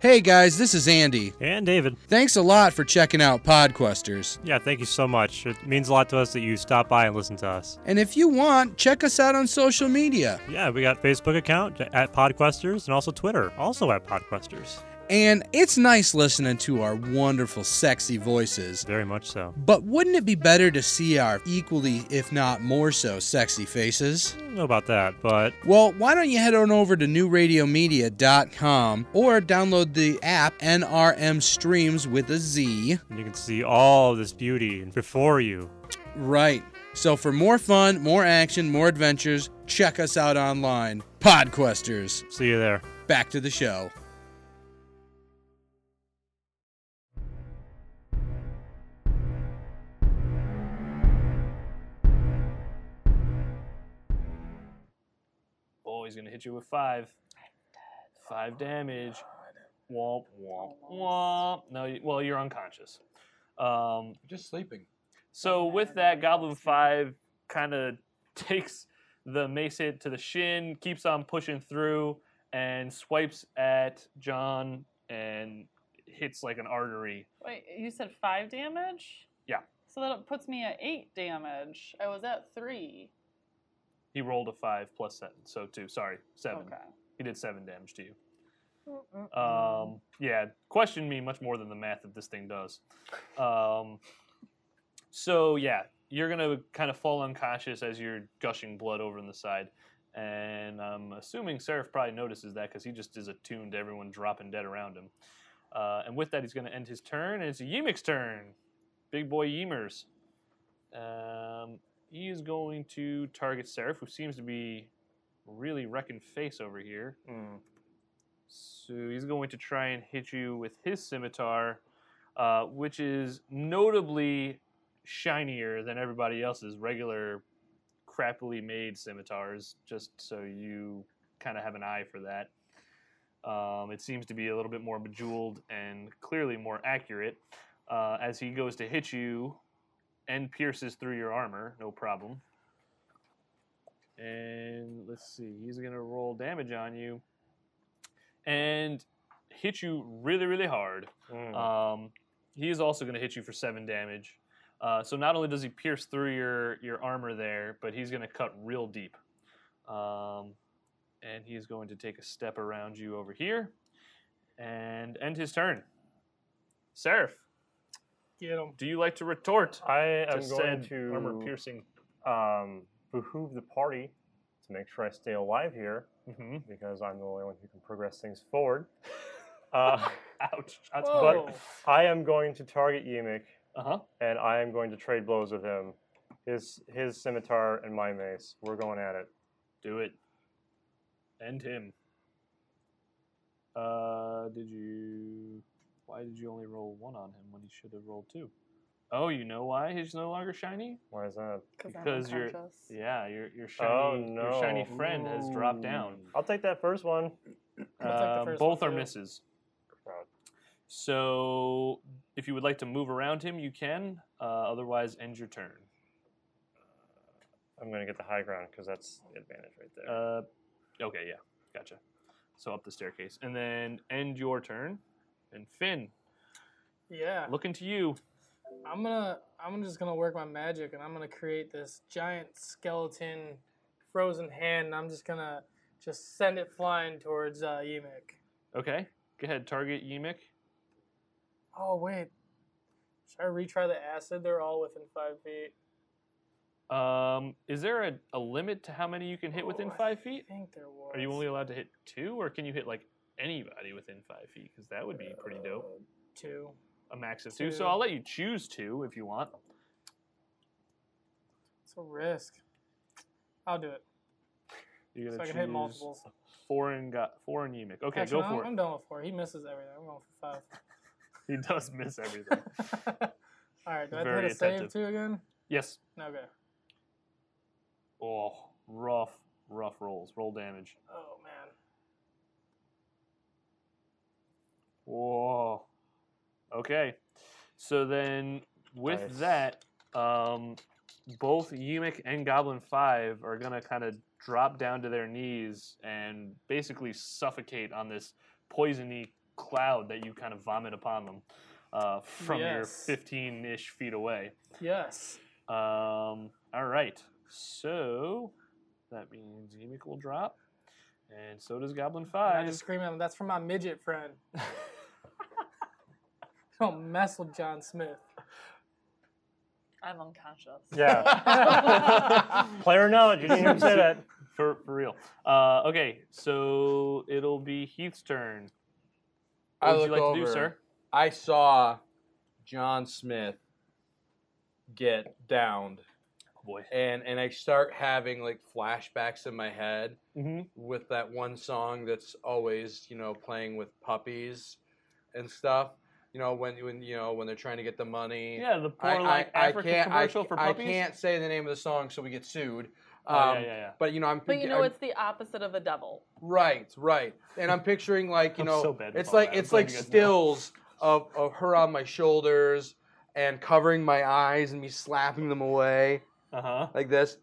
Hey guys, this is Andy. And David. Thanks a lot for checking out Podquesters. Yeah, thank you so much. It means a lot to us that you stop by and listen to us. And if you want, check us out on social media. Yeah, we got Facebook account at Podquesters and also Twitter, also at Podquesters. And it's nice listening to our wonderful, sexy voices. Very much so. But wouldn't it be better to see our equally, if not more so, sexy faces? I don't know about that, but Well, why don't you head on over to newradiomedia.com or download the app NRM Streams with a Z. you can see all this beauty before you. Right. So for more fun, more action, more adventures, check us out online. Podquesters. See you there. Back to the show. Oh, he's gonna hit you with five. Oh, Five damage. Womp womp womp. No, you- well, you're unconscious. Um, Just sleeping. So with that, Goblin Five kind of takes the mace hit to the shin, keeps on pushing through, and swipes at John and hits like an artery. Wait, you said five damage? Yeah, So that puts me at eight damage. I was at three. he rolled a five plus seven, so two. Sorry, seven. Okay. He did seven damage to you. Um, yeah, question me much more than the math that this thing does. Um, so yeah, you're gonna kind of fall unconscious as you're gushing blood over on the side, and I'm assuming Seraph probably notices that because he just is attuned to everyone dropping dead around him. Uh, and with that, he's gonna end his turn, and it's Yemik's turn. Big boy Yemers. Um, he is going to target Seraph, who seems to be really wrecking face over here. Mm. So he's going to try and hit you with his scimitar, uh, which is notably shinier than everybody else's regular, crappily made scimitars, just so you kind of have an eye for that. Um, it seems to be a little bit more bejeweled and clearly more accurate. Uh, as he goes to hit you and pierces through your armor, no problem. and let's see, he's gonna roll damage on you and hit you really, really hard. Hmm. Um, he is also gonna hit you for seven damage. Uh, so not only does he pierce through your your armor there, but he's gonna cut real deep. Um, and he's going to take a step around you over here and end his turn. Seraph. Get him. Do you like to retort? I am to going said to armor piercing. Um, behoove the party to make sure I stay alive here Mhm. because I'm the only one who can progress things forward. Uh, Ouch! That's Whoa. but I am going to target Yemick, uh-huh. and I am going to trade blows with him. His his scimitar and my mace. We're going at it. Do it. End him. Uh, did you? Why did you only roll one on him when he should have rolled two? Oh, you know why he's no longer shiny? Why is that? 'Cause I'm Because your unconscious. yeah, your your shiny Oh, your shiny no. friend has dropped down. I'll take that first one. Uh, both are misses. So if you would like to move around him, you can. Uh, otherwise, end your turn. Uh, I'm gonna get the high ground because that's the advantage right there. Uh, okay, yeah, gotcha. So up the staircase, and then end your turn. And Finn, Yeah. looking to you. I'm gonna I'm just gonna work my magic and I'm gonna create this giant skeleton frozen hand and I'm just gonna just send it flying towards uh Yemek. Okay, go ahead. Target Yemick. Oh wait. Should I retry the acid? They're all within five feet. Um, is there a, a limit to how many you can hit within Oh, I five feet? think there Are you was. only allowed to hit two, or can you hit like anybody within five feet? Because that would be pretty dope. Two. A max of two. Two. So I'll let you choose two if you want. It's a risk. I'll do it. You're So gonna I can choose hit multiples. four and got four and Yemick. Okay, Actually, go no, for I'm it. done with four. He misses everything. I'm going for five. He does miss everything. All right, do I have to Very hit a attentive. save too again? yes. Okay. Oh, rough, rough rolls. Roll damage. Oh man. Whoa. Okay. So then with that, um, both Yumic and Goblin 5 are going to kind of drop down to their knees and basically suffocate on this poisony cloud that you kind of vomit upon them uh, from your Yes. 15 ish feet away. Yes. Um, all right. So that means Yumic will drop, and so does Goblin 5. I just scream at him. That's from my midget friend. Don't mess with John Smith. I'm unconscious. Yeah. Player knowledge. You didn't even say that. For, for real. Uh, okay, so it'll be Heath's turn. What I would look you like over. to do, sir? I saw John Smith get downed. Oh, boy. And and I start having like flashbacks in my head Mhm. with that one song that's always, you know, playing with puppies and stuff. You know, when when you know when they're trying to get the money. Yeah, the I- poor, I- like, I African can't- I- commercial for puppies? I can't say the name of the song so we get sued. Um, Oh, yeah, yeah, yeah. But you know, I'm But you know, I'm- it's the opposite of a devil. Right, right. And I'm picturing like you I'm know, so bad with it's all like that. I'm it's glad like you guys know. stills of, of her on my shoulders and covering my eyes and me slapping them away uh-huh. like this,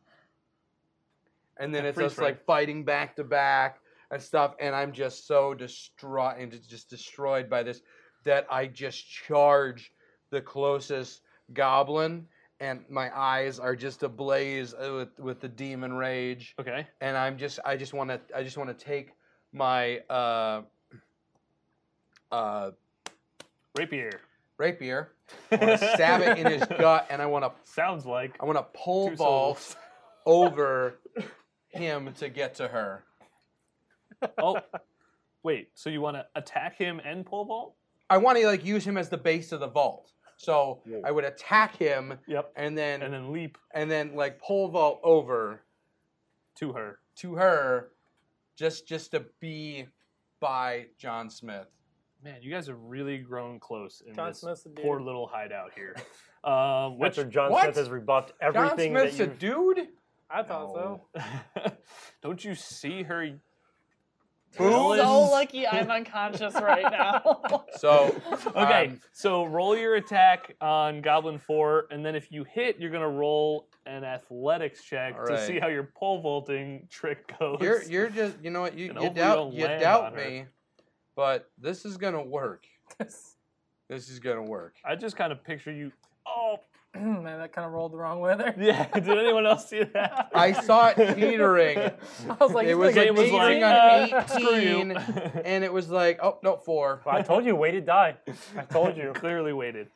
and then Yeah, it's freeze us frame. like fighting back to back and stuff. And I'm just so distraught and just- just destroyed by this that I just charge the closest goblin. And my eyes are just ablaze uh, with, with the demon rage Okay. and I'm just I just want to I just want to take my uh, uh, Rapier. rapier, I want to stab it in his gut, and I want to sounds like I want to pole two vault over him to get to her. Oh, wait. So you want to attack him and pole vault? I want to like use him as the base of the vault. So I would attack him, yep. and then and then leap, and then like pole vault over to her, to her, just just to be by John Smith. Man, you guys have really grown close in John this Smith's a dude. poor little hideout here. Um, which After John Smith has rebuffed everything that you. dude. I thought Don't you see her We're so lucky I'm unconscious right now. So okay, Um, so roll your attack on Goblin Four, and then if you hit, you're gonna roll an athletics check All to see right. how your pole vaulting trick goes. You're you're just you know what you, And you hopefully you doubt don't you land doubt on her. me, but this is gonna work. this is gonna work. I just kind of picture you. Oh man, that kind of rolled the wrong way there. Yeah. Did anyone else see that? I saw it teetering. I was like, it was like "This teetering thing is on like, uh, screw eighteen, and it was like, oh no, four. I told you, waited die. I told you. Clearly waited.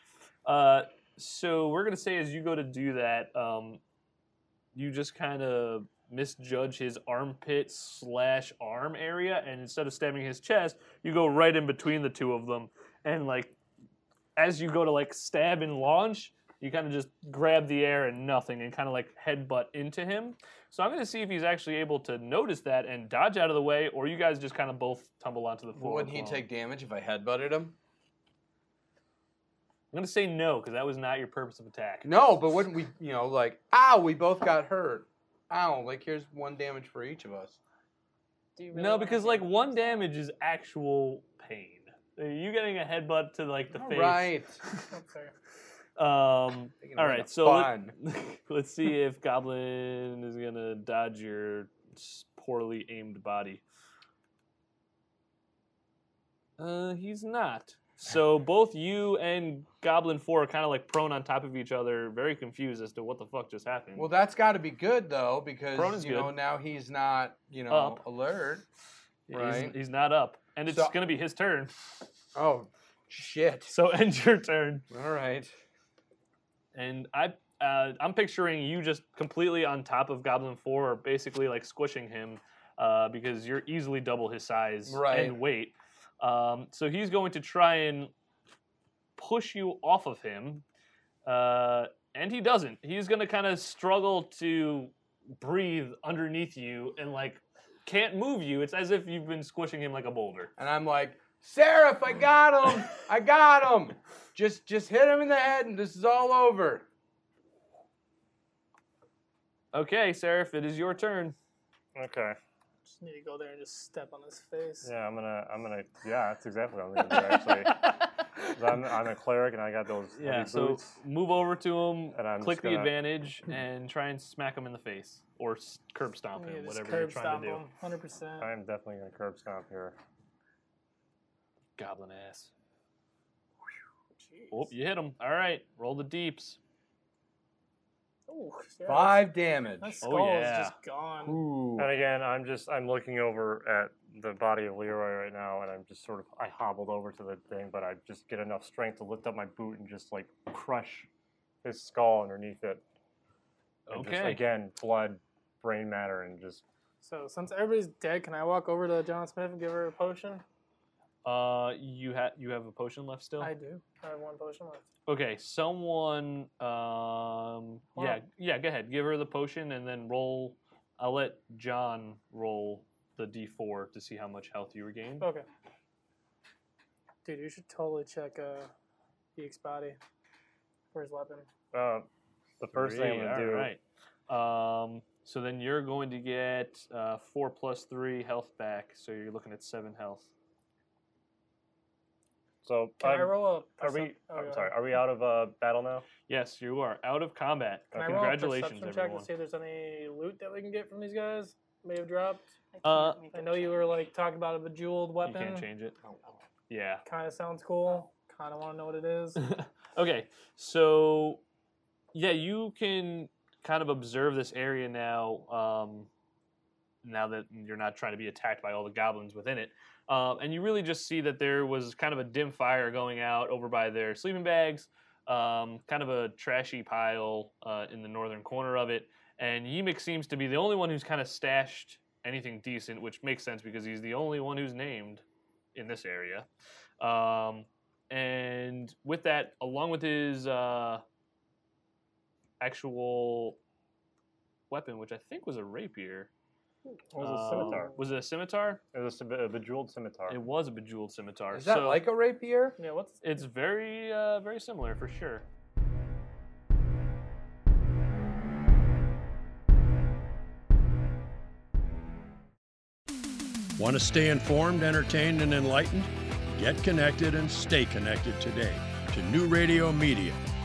Uh, so we're gonna say as you go to do that, um, you just kind of misjudge his armpit slash arm area, and instead of stabbing his chest, you go right in between the two of them, and like as you go to like stab and launch, you kind of just grab the air and nothing, and kind of like headbutt into him. So I'm gonna see if he's actually able to notice that and dodge out of the way, or you guys just kind of both tumble onto the floor. Wouldn't he prone. take damage if I headbutted him? I'm gonna say no because that was not your purpose of attack. No, but wouldn't we? You know, like, ow, we both got hurt. Ow, like here's one damage for each of us. no, because like one damage is actual pain. Uh, You getting a headbutt to like the face. Right. Um, Thinking all about right. the So let, us see if Goblin is gonna dodge your s- poorly aimed body. Uh, he's not. So both you and Goblin Four are kind of like prone on top of each other, very confused as to what the fuck just happened. Well, that's got to be good though, because Prone is you know good. now he's not you know Up. alert. He's- Right. he's, not up, and it's So- gonna be his turn. Oh, shit! So end your turn. All right. And I, uh, I'm picturing you just completely on top of Goblin Four, or basically like squishing him, uh, because you're easily double his size Right. and weight. Um, so he's going to try and push you off of him, uh, and he doesn't. He's going to kind of struggle to breathe underneath you and like can't move you. It's as if you've been squishing him like a boulder. And I'm like, Seraph, I got him! I got him! Just just hit him in the head, and this is all over. Okay, Seraph, it is your turn. Okay. Just need to go there and just step on his face. Yeah, I'm gonna, I'm gonna, yeah, that's exactly what I'm gonna do actually. 'Cause I'm, I'm a cleric and I got those heavy Yeah, so boots. move over to him, And I'm click just the gonna- advantage, and try and smack him in the face or s- curb stomp Oh, Yeah, him, just whatever curb you're trying stomp to do. him, 100%. I'm definitely gonna curb stomp here. Goblin ass. Oh, you hit him. All right, roll the deeps. Oh, Ooh, yeah, Five damage. That skull Oh, is yeah. just gone. And again, I'm just I'm looking over at the body of Leroy right now, and I'm just sort of I hobbled over to the thing, but I just get enough strength to lift up my boot and just like crush his skull underneath it. And just, Okay. again, blood, brain matter, and just So since everybody's dead, can I walk over to John Smith and give her a potion? Uh, you have you have a potion left still. I do. I have one potion left. Okay, someone. Um, yeah, Wow. yeah. Go ahead, give her the potion, and then roll. I'll let John roll the d4 to see how much health you regain. Okay. Dude, you should totally check uh, Beak's body for his weapon. uh, the first thing I'm Three, gonna do. alright. Um, so then you're going to get uh, four plus three health back, so you're looking at seven health. So Can I um, roll a Are percep- we? oh, go I'm ahead. sorry. Are we out of uh, battle now? Yes, you are out of combat. Can I roll a Congratulations, perception check everyone. to see if there's any loot that we can get from these guys? May have dropped. Uh, I know you were like talking about a bejeweled you weapon. can't change it. Oh, Yeah. Kind of sounds cool. Kind of want to know what it is. Okay, so yeah, you can kind of observe this area now. Um, now that you're not trying to be attacked by all the goblins within it, um, and you really just see that there was kind of a dim fire going out over by their sleeping bags, um, kind of a trashy pile uh, in the northern corner of it, and Yimik seems to be the only one who's kind of stashed anything decent, which makes sense because he's the only one who's named in this area. Um, and with that, along with his uh, actual weapon, which I think was a rapier. It was a um, scimitar. Was it a scimitar? It was a, be- a bejeweled scimitar. It was a bejeweled scimitar. Is that so like a rapier? Yeah. What's It's very, uh, very similar for sure. Want to stay informed, entertained, and enlightened? Get connected and stay connected today to New Radio Media.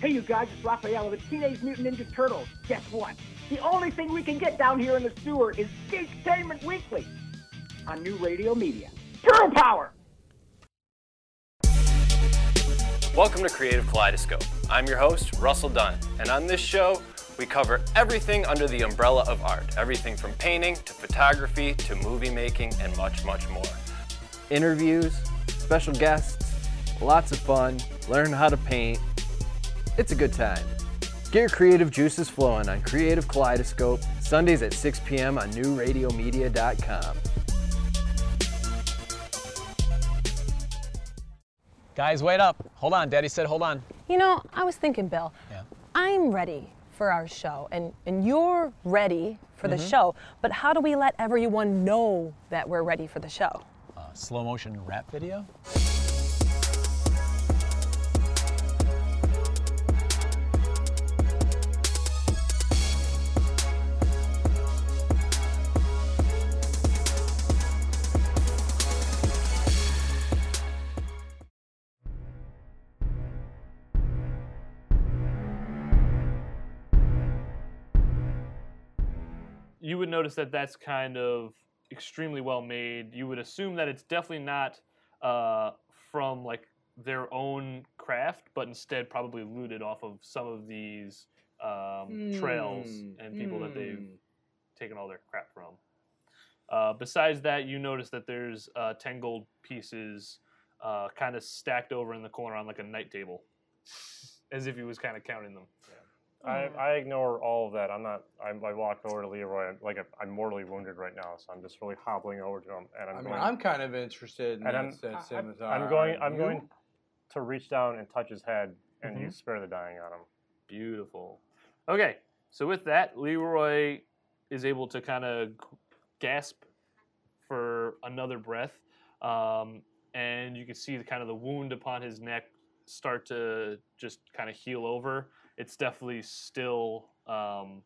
Hey, you guys, it's Raphael with Teenage Mutant Ninja Turtles. Guess what? The only thing we can get down here in the sewer is Geektainment Weekly on New Radio Media. Turtle Power! Welcome to Creative Kaleidoscope. I'm your host, Russell Dunn, and on this show, we cover everything under the umbrella of art everything from painting to photography to movie making and much, much more. Interviews, special guests, lots of fun, learn how to paint. It's a good time. Get your creative juices flowing on Creative Kaleidoscope, Sundays at 6 p.m. on newradiomedia.com. Guys, wait up. Hold on. Daddy said hold on. You know, I was thinking, Bill, I'm ready for our show, and, and you're ready for the Mhm. show, but how do we let everyone know that we're ready for the show? Uh, slow motion rap video? you would notice that that's kind of extremely well made. You would assume that it's definitely not uh, from like their own craft, but instead probably looted off of some of these um, trails Hmm, and people that they've taken all their crap from. Uh, besides that, you notice that there's uh, ten gold pieces uh, kind of stacked over in the corner on like a night table, as if he was kind of counting them. I, I ignore all of that. I'm not. I'm, I walk over to Leroy. I'm, like I'm mortally wounded right now, so I'm just really hobbling over to him, and I'm I mean, going. I'm kind of interested in that and I'm, sense, I- same as I'm I going. am. I'm You? Mm-hmm. going to reach down and touch his head, and you Mhm. spare the dying on him. Beautiful. Okay, so with that, Leroy is able to kind of gasp for another breath, um, and you can see the kind of the wound upon his neck start to just kind of heal over. It's definitely still um,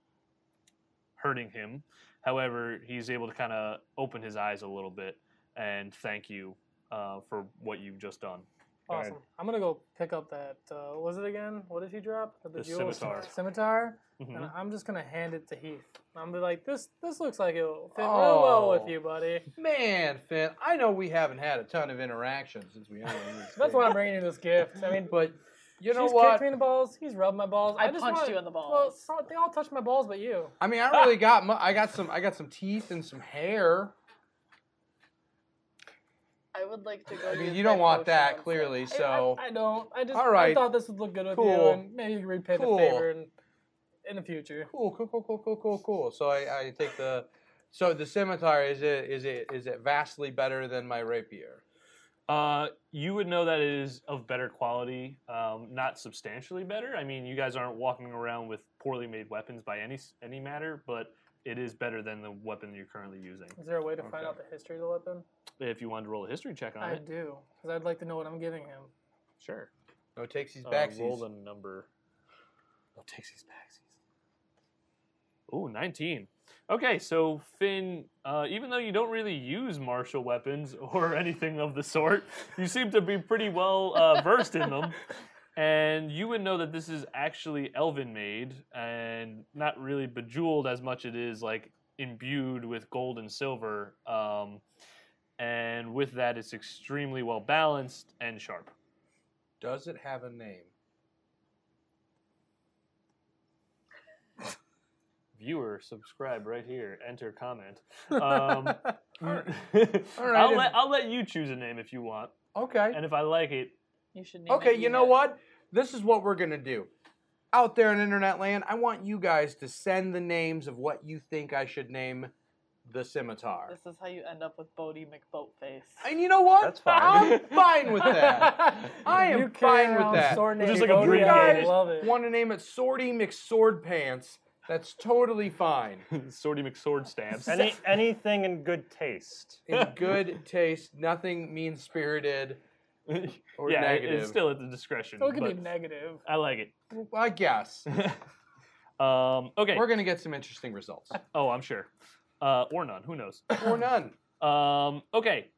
hurting him. However, he's able to kind of open his eyes a little bit and thank you uh, for what you've just done. Awesome. I'm gonna go pick up that. Uh, what was it again? What did he drop? The jewel? scimitar. Scimitar. And Mm-hmm. Mhm. I'm just gonna hand it to Heath. I'm be like, this. This looks like it'll fit real well Oh. with you, buddy. Man, Finn, I know we haven't had a ton of interaction since we owned this. That's why I'm bringing you this gift. I mean, but you know He's what? kicked me in the balls. He's rubbed my balls. I just punched wanna- you in the Well, balls. so- they all touched my balls, but you. I mean, I don't really got. Mu- I got some. I got some teeth and some hair. I would like to go. I mean, use you my don't want potion. that clearly. I- I- So I don't. I just. All right. I thought this would look good with you, Cool. and maybe you can repay Cool. the favor in, in the future. Cool, cool, cool, cool, cool, cool, cool. So I, I take the. So the scimitar is it is it is it vastly better than my rapier? Uh, you would know that it is of better quality, um, not substantially better. I mean, you guys aren't walking around with poorly made weapons by any s- any matter, but it is better than the weapon you're currently using. Is there a way to find Okay. out the history of the weapon? If you wanted to roll a history check on I it, do, because I'd like to know what I'm giving him. sure. No takesies, Uh, backsies. roll the number. No takesies, backsies. Ooh, 19. Okay, so Finn, uh, even though you don't really use martial weapons or anything of the sort, you seem to be pretty well uh, versed in them. And you would know that this is actually elven made and not really bejeweled as much it is like imbued with gold and silver. Um, and with that, it's extremely well balanced and sharp. Does it have a name? viewer, subscribe right here, enter comment. Um, All right, I'll, if- let, I'll let you choose a name if you want. Okay. And if I like it, You should name Okay, it you know what? This is what we're gonna do. Out there in internet land, I want you guys to send the names of what you think I should name the scimitar. This is how you end up with Bodie McBoatface. And you know what? That's fine. I'm fine with that. I am You carry fine with around that. sword Just names. like Oh, a you yeah, guys I love it. want to name it Swordy McSwordpants? That's totally fine. Swordy McSword stabs. Any, anything in good taste. In good taste, nothing mean spirited or yeah, it- negative. it's still at the discretion. So it could be but negative. I like it. I guess. um, okay. We're gonna get some interesting results. Oh, I'm sure. Uh, or none. Who knows? or none. Um, okay.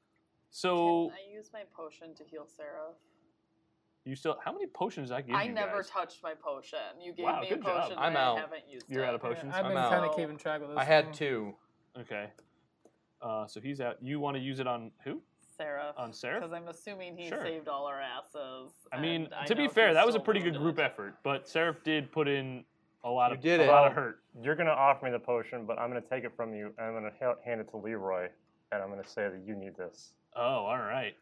So I used my potion to heal Sarah. you still? How many potions did I give I you never guys? touched my potion. You gave Wow, me a good job. potion. I'm and out. I haven't used You're it. out of potions. I've I'm been out. kind of keeping track of this. I had two. Okay. Uh, so he's out. You want to use it on who? Sarah. On Seraph? Because I'm assuming he Sure. saved all our asses. I mean, and Uh, I to be know fair, he's that was a still pretty good wounded. group effort, but Seraph did put in a lot You of did a it. lot of hurt. You're gonna offer me the potion, but I'm gonna take it from you, and I'm gonna ha- hand it to Leroy, and I'm gonna say that you need this. Oh, all right.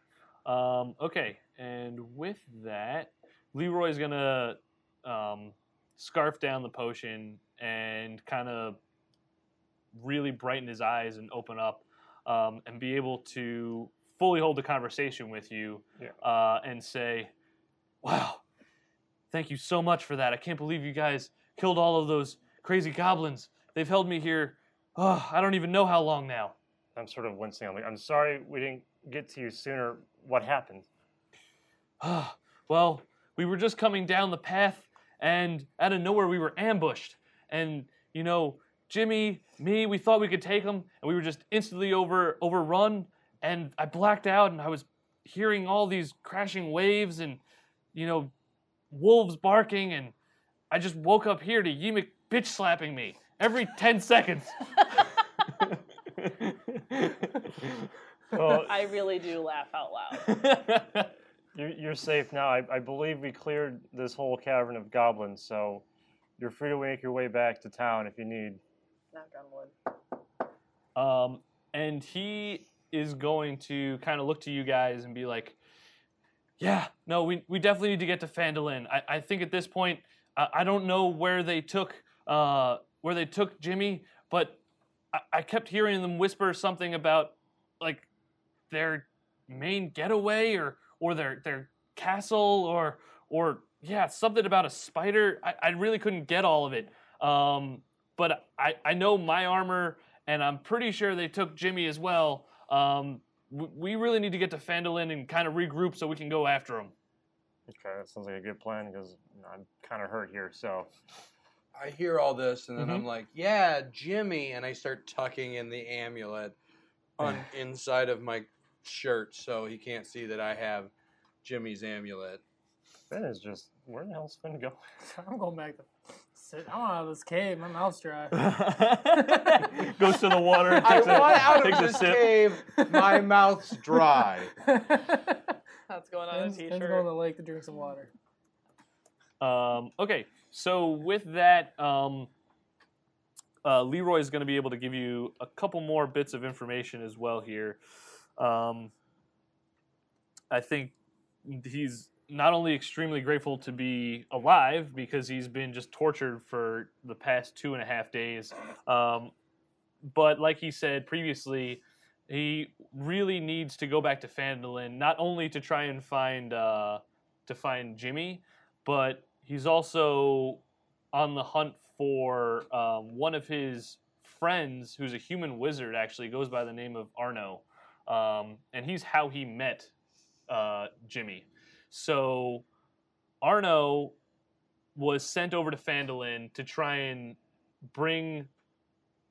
Um, okay, and with that, Leroy's gonna um, scarf down the potion and kind of really brighten his eyes and open up um, and be able to fully hold the conversation with you Yeah. uh, and say, "Wow, thank you so much for that. I can't believe you guys killed all of those crazy goblins. They've held me here. Oh, I don't even know how long now." I'm sort of wincing. I'm like, I'm sorry we didn't get to you sooner. What happened? "Ah, well, we were just coming down the path, and out of nowhere we were ambushed. And you know, Jimmy, me, we thought we could take them, and we were just instantly over overrun. And I blacked out, and I was hearing all these crashing waves, and you know, wolves barking, and I just woke up here to Yimik bitch slapping me every ten seconds. I really do laugh out loud. You're, you're safe now. I, I believe we cleared this whole cavern of goblins, so you're free to make your way back to town if you need. Knock on wood. Um, and he is going to kind of look to you guys and be like, "Yeah, no, we, we definitely need to get to Fandolin. I, I think at this point, I, I don't know where they took uh, where they took Jimmy, but I, I kept hearing them whisper something about like their main getaway or or their their castle or or yeah something about a spider i, I really couldn't get all of it um, but I, I know my armor and i'm pretty sure they took jimmy as well um, w- we really need to get to fandolin and kind of regroup so we can go after him Okay, that sounds like a good plan because I'm kind of hurt here. So I hear all this, and then I'm Mm-hmm. Mhm. like, "Yeah, Jimmy," and I start tucking in the amulet on inside of my shirt so he can't see that I have Jimmy's amulet. That is just where the hell's Finn going? I'm going back to sit. I want out of this cave. My mouth's dry. goes to the water I takes a- want out takes of a this sip. cave. My mouth's dry. That's going on a Finn's t Finn's going shirt. to the lake to drink some water. Um, okay, so with that, um, uh, Leroy is going to be able to give you a couple more bits of information as well here. Um, I think he's not only extremely grateful to be alive because he's been just tortured for the past two and a half days, um, but like he said previously, he really needs to go back to Fandolin not only to try and find uh, to find Jimmy, but he's also on the hunt for um, one of his friends who's a human wizard actually goes by the name of arno um, and he's how he met uh, jimmy so arno was sent over to fandolin to try and bring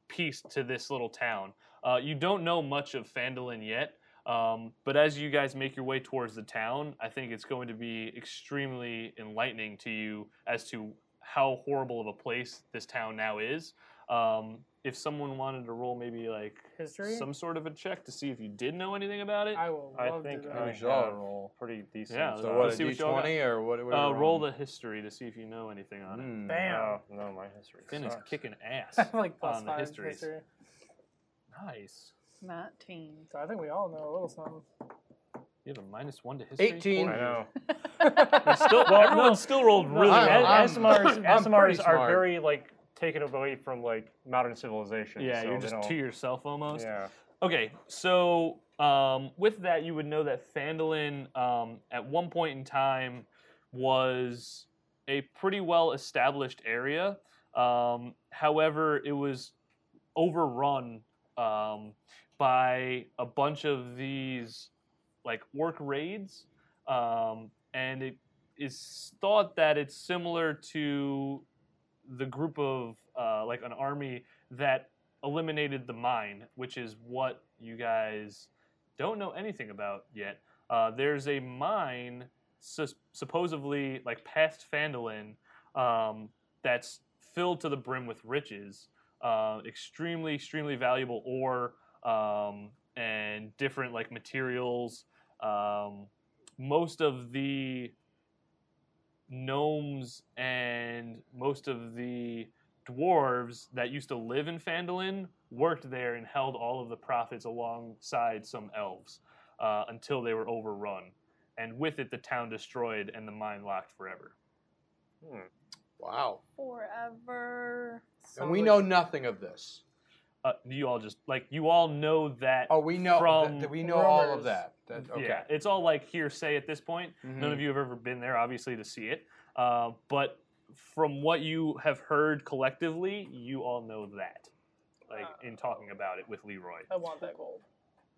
peace to this little town uh, you don't know much of fandolin yet um, but as you guys make your way towards the town, I think it's going to be extremely enlightening to you as to how horrible of a place this town now is. Um, if someone wanted to roll maybe like History? some sort of a check to see if you did know anything about it, uh, I will I love think to I die. should all have roll. pretty decent. yeah, so let's what, a Uh, see what y'all got. D20 or what- what are uh, we roll the rolling? history to see if you know anything on Hmm. it. Bam. Oh, no, my history. Finn is sucks. kicking ass I'm like plus on the five histories. history. Nice. 19. So I think we all know a little something. You have a minus one to history. 18. I know. Still, Well, everyone no. still rolled No, really I- well. ASMRs, ASMRs are very like taken away from like modern civilization. Yeah, so you're they just don't- to yourself almost. Yeah. Okay, so um, with that, you would know that Fandolin um, at one point in time was a pretty well established area. Um, however, it was overrun um, by a bunch of these like orc raids, um, and it is thought that it's similar to the group of uh, like an army that eliminated the mine, which is what you guys don't know anything about yet. Uh, there's a mine sus- supposedly like past Fandolin um, that's filled to the brim with riches, uh, extremely extremely valuable ore um, and different like materials. Um, most of the gnomes and most of the dwarves that used to live in Fandolin worked there and held all of the profits alongside some elves uh, until they were overrun. And with it, the town destroyed and the mine locked forever. Wow. Forever. and we know nothing of this. Uh, you all just like you all know that. Oh, we know from that- we know all of that. That- okay. Yeah, Mm-hmm. it's all like hearsay at this point. Hmm. None Mhm. of you have ever been there, obviously, to see it. Uh, but from what you have heard collectively, you all know that. Like Ah. in talking about it with Leroy. I want that gold.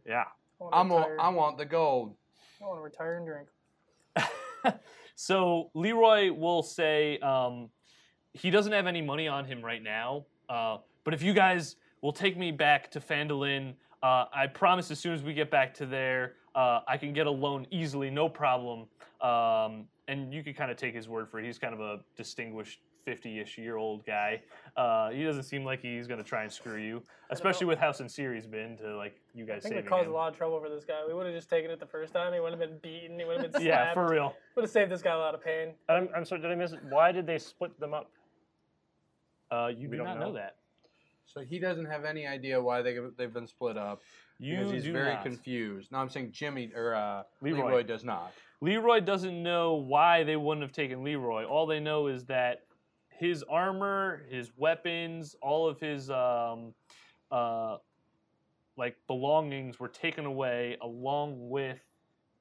Yeah. I wanna I'm a, retire. I want the gold. I want to retire and drink. So Leroy will say um, he doesn't have any money on him right now, uh, but if you guys will take me back to Fandolin, uh, I promise as soon as we get back to there, uh, I can get a loan easily, no problem. Um, and you can kind of take his word for it. He's kind of a distinguished 50-ish year old guy. Uh, he doesn't seem like he's going to try and screw you, especially with how sincere he's been to like you I guys think we saving caused him. a lot of trouble for this guy. We would have just taken it the first time. He would have been beaten. He would have been slapped. yeah, for real. Oh, Would have saved this guy a lot of pain. I'm, I'm sorry, did I miss it? Why did they split them up? Uh, you We do don't not know know. that. So he doesn't have any idea why they they've been split up. You because he's do very not. confused. No, I'm saying Jimmy or uh, Leroy. Leroy. does not. Leroy doesn't know why they wouldn't have taken Leroy. All they know is that his armor, his weapons, all of his um, uh, like belongings were taken away along with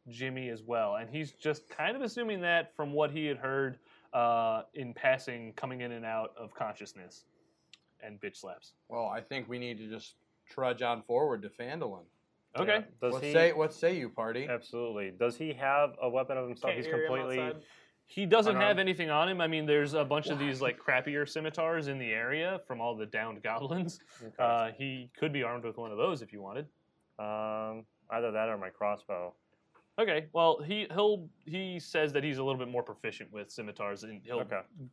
Jimmy as well, and he's just kind of assuming that from what he had heard uh, in passing, coming in and out of consciousness, and bitch slaps. Well, I think we need to just trudge on forward to Fandolin. Okay. Does what he- say what say you, party? Absolutely. Does he have a weapon of himself? He's completely. He doesn't Unarmed. have anything on him. I mean, there's a bunch of these like crappier scimitars in the area from all the downed goblins. Uh, he could be armed with one of those if you wanted. Um, either that or my crossbow. Okay, well he he'll he says that he's a little bit more proficient with scimitars, and he'll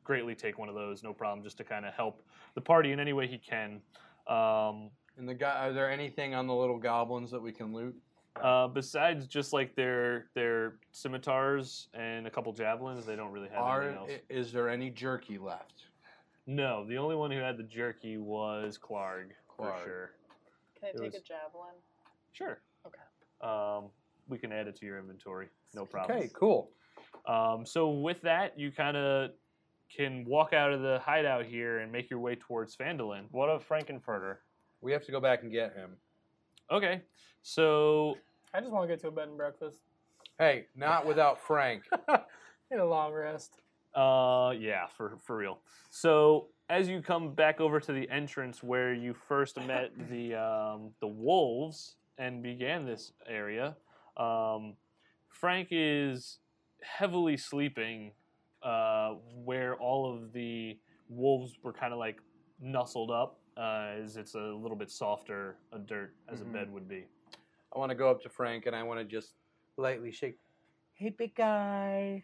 greatly take one of those, no problem, just to kind of help the party in any way he can. Um, and the guy, are there anything on the little goblins that we can loot? Uh, besides just like their their scimitars and a couple javelins, they don't really have Are, anything else. i- is there any jerky left? No, the only one who had the jerky was Clarg, Clarg. for sure. Can I It take a was- javelin? Sure. Okay. Um, we can add it to your inventory. No problem. Okay, cool. Um, so with that, you kind of can walk out of the hideout here and make your way towards Fandolin. What of Frankenfurter? We have to go back and get him. Okay. So I just want to get to a bed and breakfast. Hey, not without Frank. Need a long rest. Uh, yeah, for for real. So as you come back over to the entrance where you first met the um, the wolves and began this area, um, Frank is heavily sleeping, uh, where all of the wolves were kind of like nuzzled up, uh, as it's a little bit softer a dirt as a Mhm. bed would be. I want to go up to Frank and I want to just lightly shake. Hey, big guy.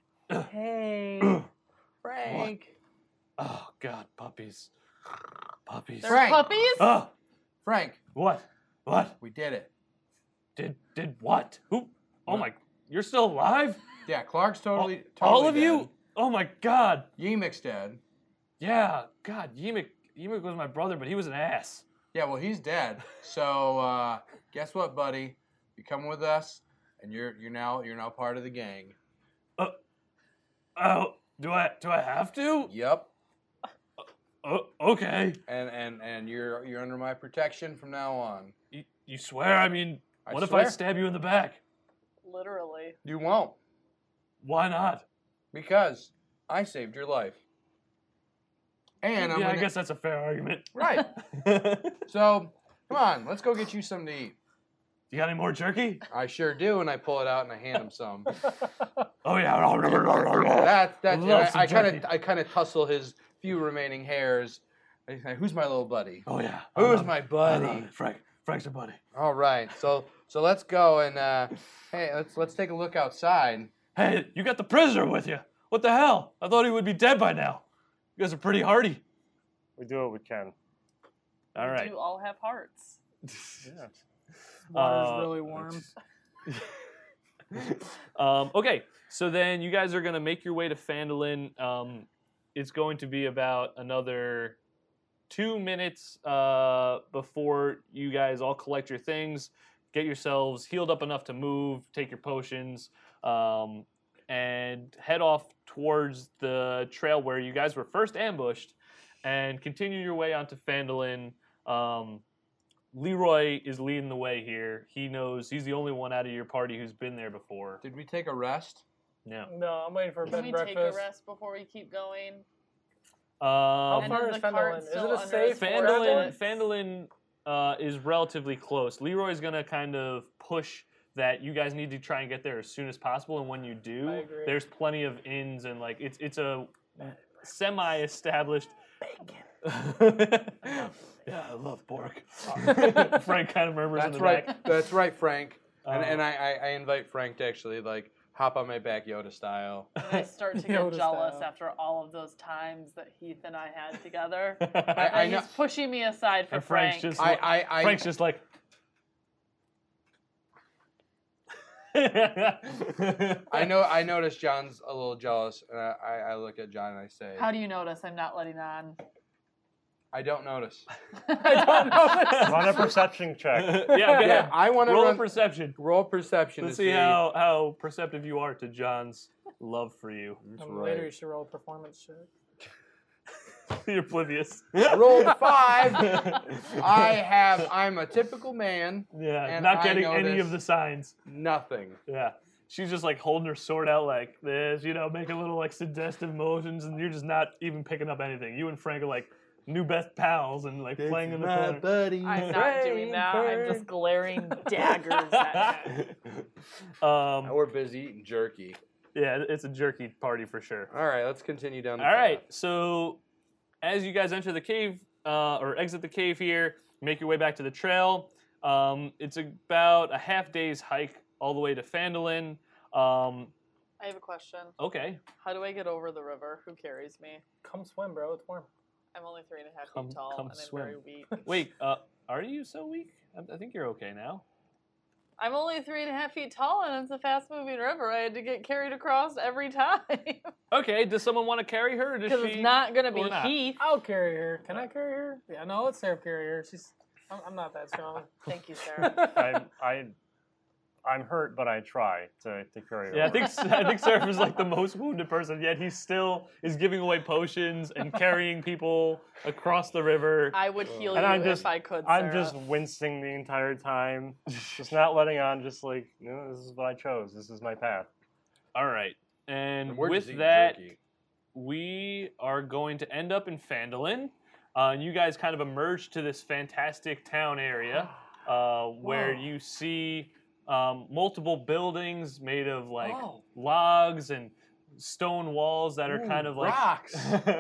hey, Frank. Oh God, puppies, puppies. There's Frank. puppies? Oh, Frank. What? What? We did it. Did did what? Who? Oh my! You're still alive? Yeah, Clark's totally. all totally of you? Oh my God! Yemek's dead. Yeah. God, Yemek Yemek was my brother, but he was an ass. Yeah, well, he's dead. So uh, guess what, buddy? You come with us, and you're you're now you're now part of the gang. Oh, do I do I have to? Yep. "O- okay. And and and you're you're under my protection from now on. You, you swear? I mean, what if I stab you in the back? Literally. You won't. Why not? Because I saved your life. And I'm yeah, I gonna- guess that's a fair argument. Right. so, come on, let's go get you something to eat. You got any more jerky? I sure do, and I pull it out and I hand him some. Oh yeah. That's that's. and Love I- some I kind jerky. of I kind of tussle his few remaining hairs. And he's like, Who's my little buddy? Oh yeah. I Who's love my it. I buddy? love it. Frank. Frank's a buddy. All right, so so let's go and uh, hey, let's let's take a look outside. Hey, you got the prisoner with you. What the hell? I thought he would be dead by now. You guys are pretty hardy. We do what we can. All We right. Do all have hearts? Yeah. Water's Uh, really warm. Um, okay, so then you guys are gonna make your way to Fandolin. Um, it's going to be about another two minutes uh, before you guys all collect your things, get yourselves healed up enough to move, take your potions, um, and head off towards the trail where you guys were first ambushed, and continue your way onto Fandolin. Um, Leroy is leading the way here. He knows he's the only one out of your party who's been there before. Did we take a rest? No. No, I'm waiting for Can bed we and breakfast. take a rest before we keep going? Um, How far is is the cart Fendelin? Is it still a under safe his Fandolin, Fandolin uh, is relatively close. Leroy's gonna kind of push that you guys need to try and get there as soon as possible, and when you do, agree. there's plenty of inns and like it's it's a semi-established. yeah, I love pork. Frank kind of murmurs in That's the right. back. That's right, Frank. And, Uh, and I, I, I invite Frank to actually like hop on my back Yoda style. I start to get Yoda jealous style. after all of those times that Heath and I had together. I, I and know. he's pushing me aside for And Frank's Frank. just I, like- I, I, Frank's just like. I know. I notice John's a little jealous, and I, I, I look at John and I say, How do you notice I'm not letting on? I don't notice. Run a perception check. yeah, go Yeah, ahead. I wanna roll run- a perception. Roll perception Let's to see, see- how how perceptive you are to John's love for you. And Um, Later, you should roll a performance check. You're oblivious. I rolled five. I have. I'm a typical man. Yeah, and not I getting any of notice the signs. Nothing. Yeah. She's just like holding her sword out like this, you know, making little like suggestive motions, and you're just not even picking up anything. You and Frank are like new best pals and like playing in the corner. I'm not doing that. I'm just glaring daggers at him. Um, We're busy eating jerky. Yeah, it's a jerky party for sure. All right, let's continue down. The All right. So, as you guys enter the cave uh, or exit the cave here, make your way back to the trail. Um, it's about a half day's hike all the way to Fandolin. Um, I have a question. okay. How do I get over the river? Who carries me? Come swim, bro. It's warm. I'm only three and a half Come- feet tall, come and swim. I'm very weak. Wait. Uh, are you so weak? I, I think you're okay now. I'm only three and a half feet tall, and it's a fast-moving river. I had to get carried across every time Okay. Does someone want to carry her? Or does because she? it's not gonna be or not? Heath. I'll carry her. Uh, Can I carry her? Yeah, no, let's Sarah carry her. She's. I'm, I'm not that strong. Thank you, Sarah. Uh, I'm, I, I'm hurt, but I try to, to carry her. Yeah, I think I think Seraph is like the most wounded person, yet he still is giving away potions and carrying people across the river. I would heal And you I'm just- if I could. Sarah. I'm just wincing the entire time, just not letting on. Just like, you know, this is what I chose. This is my path. All right, and we're with just eating that, jerky. we are going to end up in Fandolin. Uh, you guys kind of emerge to this fantastic town area uh, where Whoa. you see um, multiple buildings made of like Oh. Whoa. logs and stone walls that are Ooh, kind of like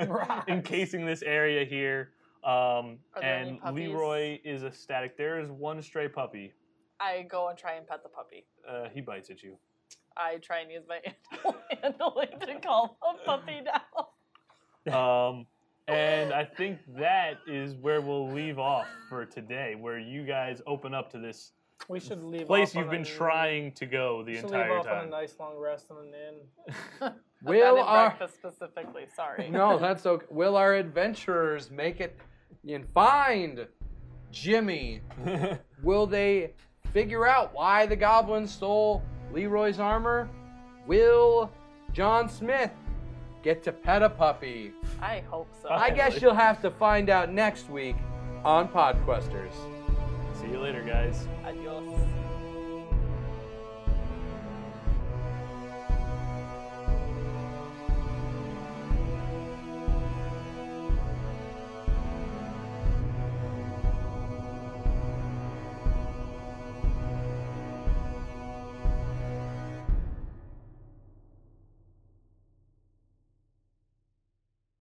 rocks. encasing this area here. Um, Are there any and puppies? Leroy is ecstatic. There is one stray puppy. I go and try and pet the puppy. Uh, he bites at you. I try and use my animal handling to calm the puppy down. Um, and I think that is where we'll leave off for today, where you guys open up to this We should leave. place off on you've been a- trying to go the we should entire leave off on a time. nice long rest and an end. Will Not in our breakfast specifically. Sorry. no, that's okay. Will our adventurers make it and find Jimmy? Will they figure out why the goblin stole Leroy's armor? Will John Smith get to pet a puppy. I hope so. I guess you'll have to find out next week on Podquesters. See you later, guys. Adios.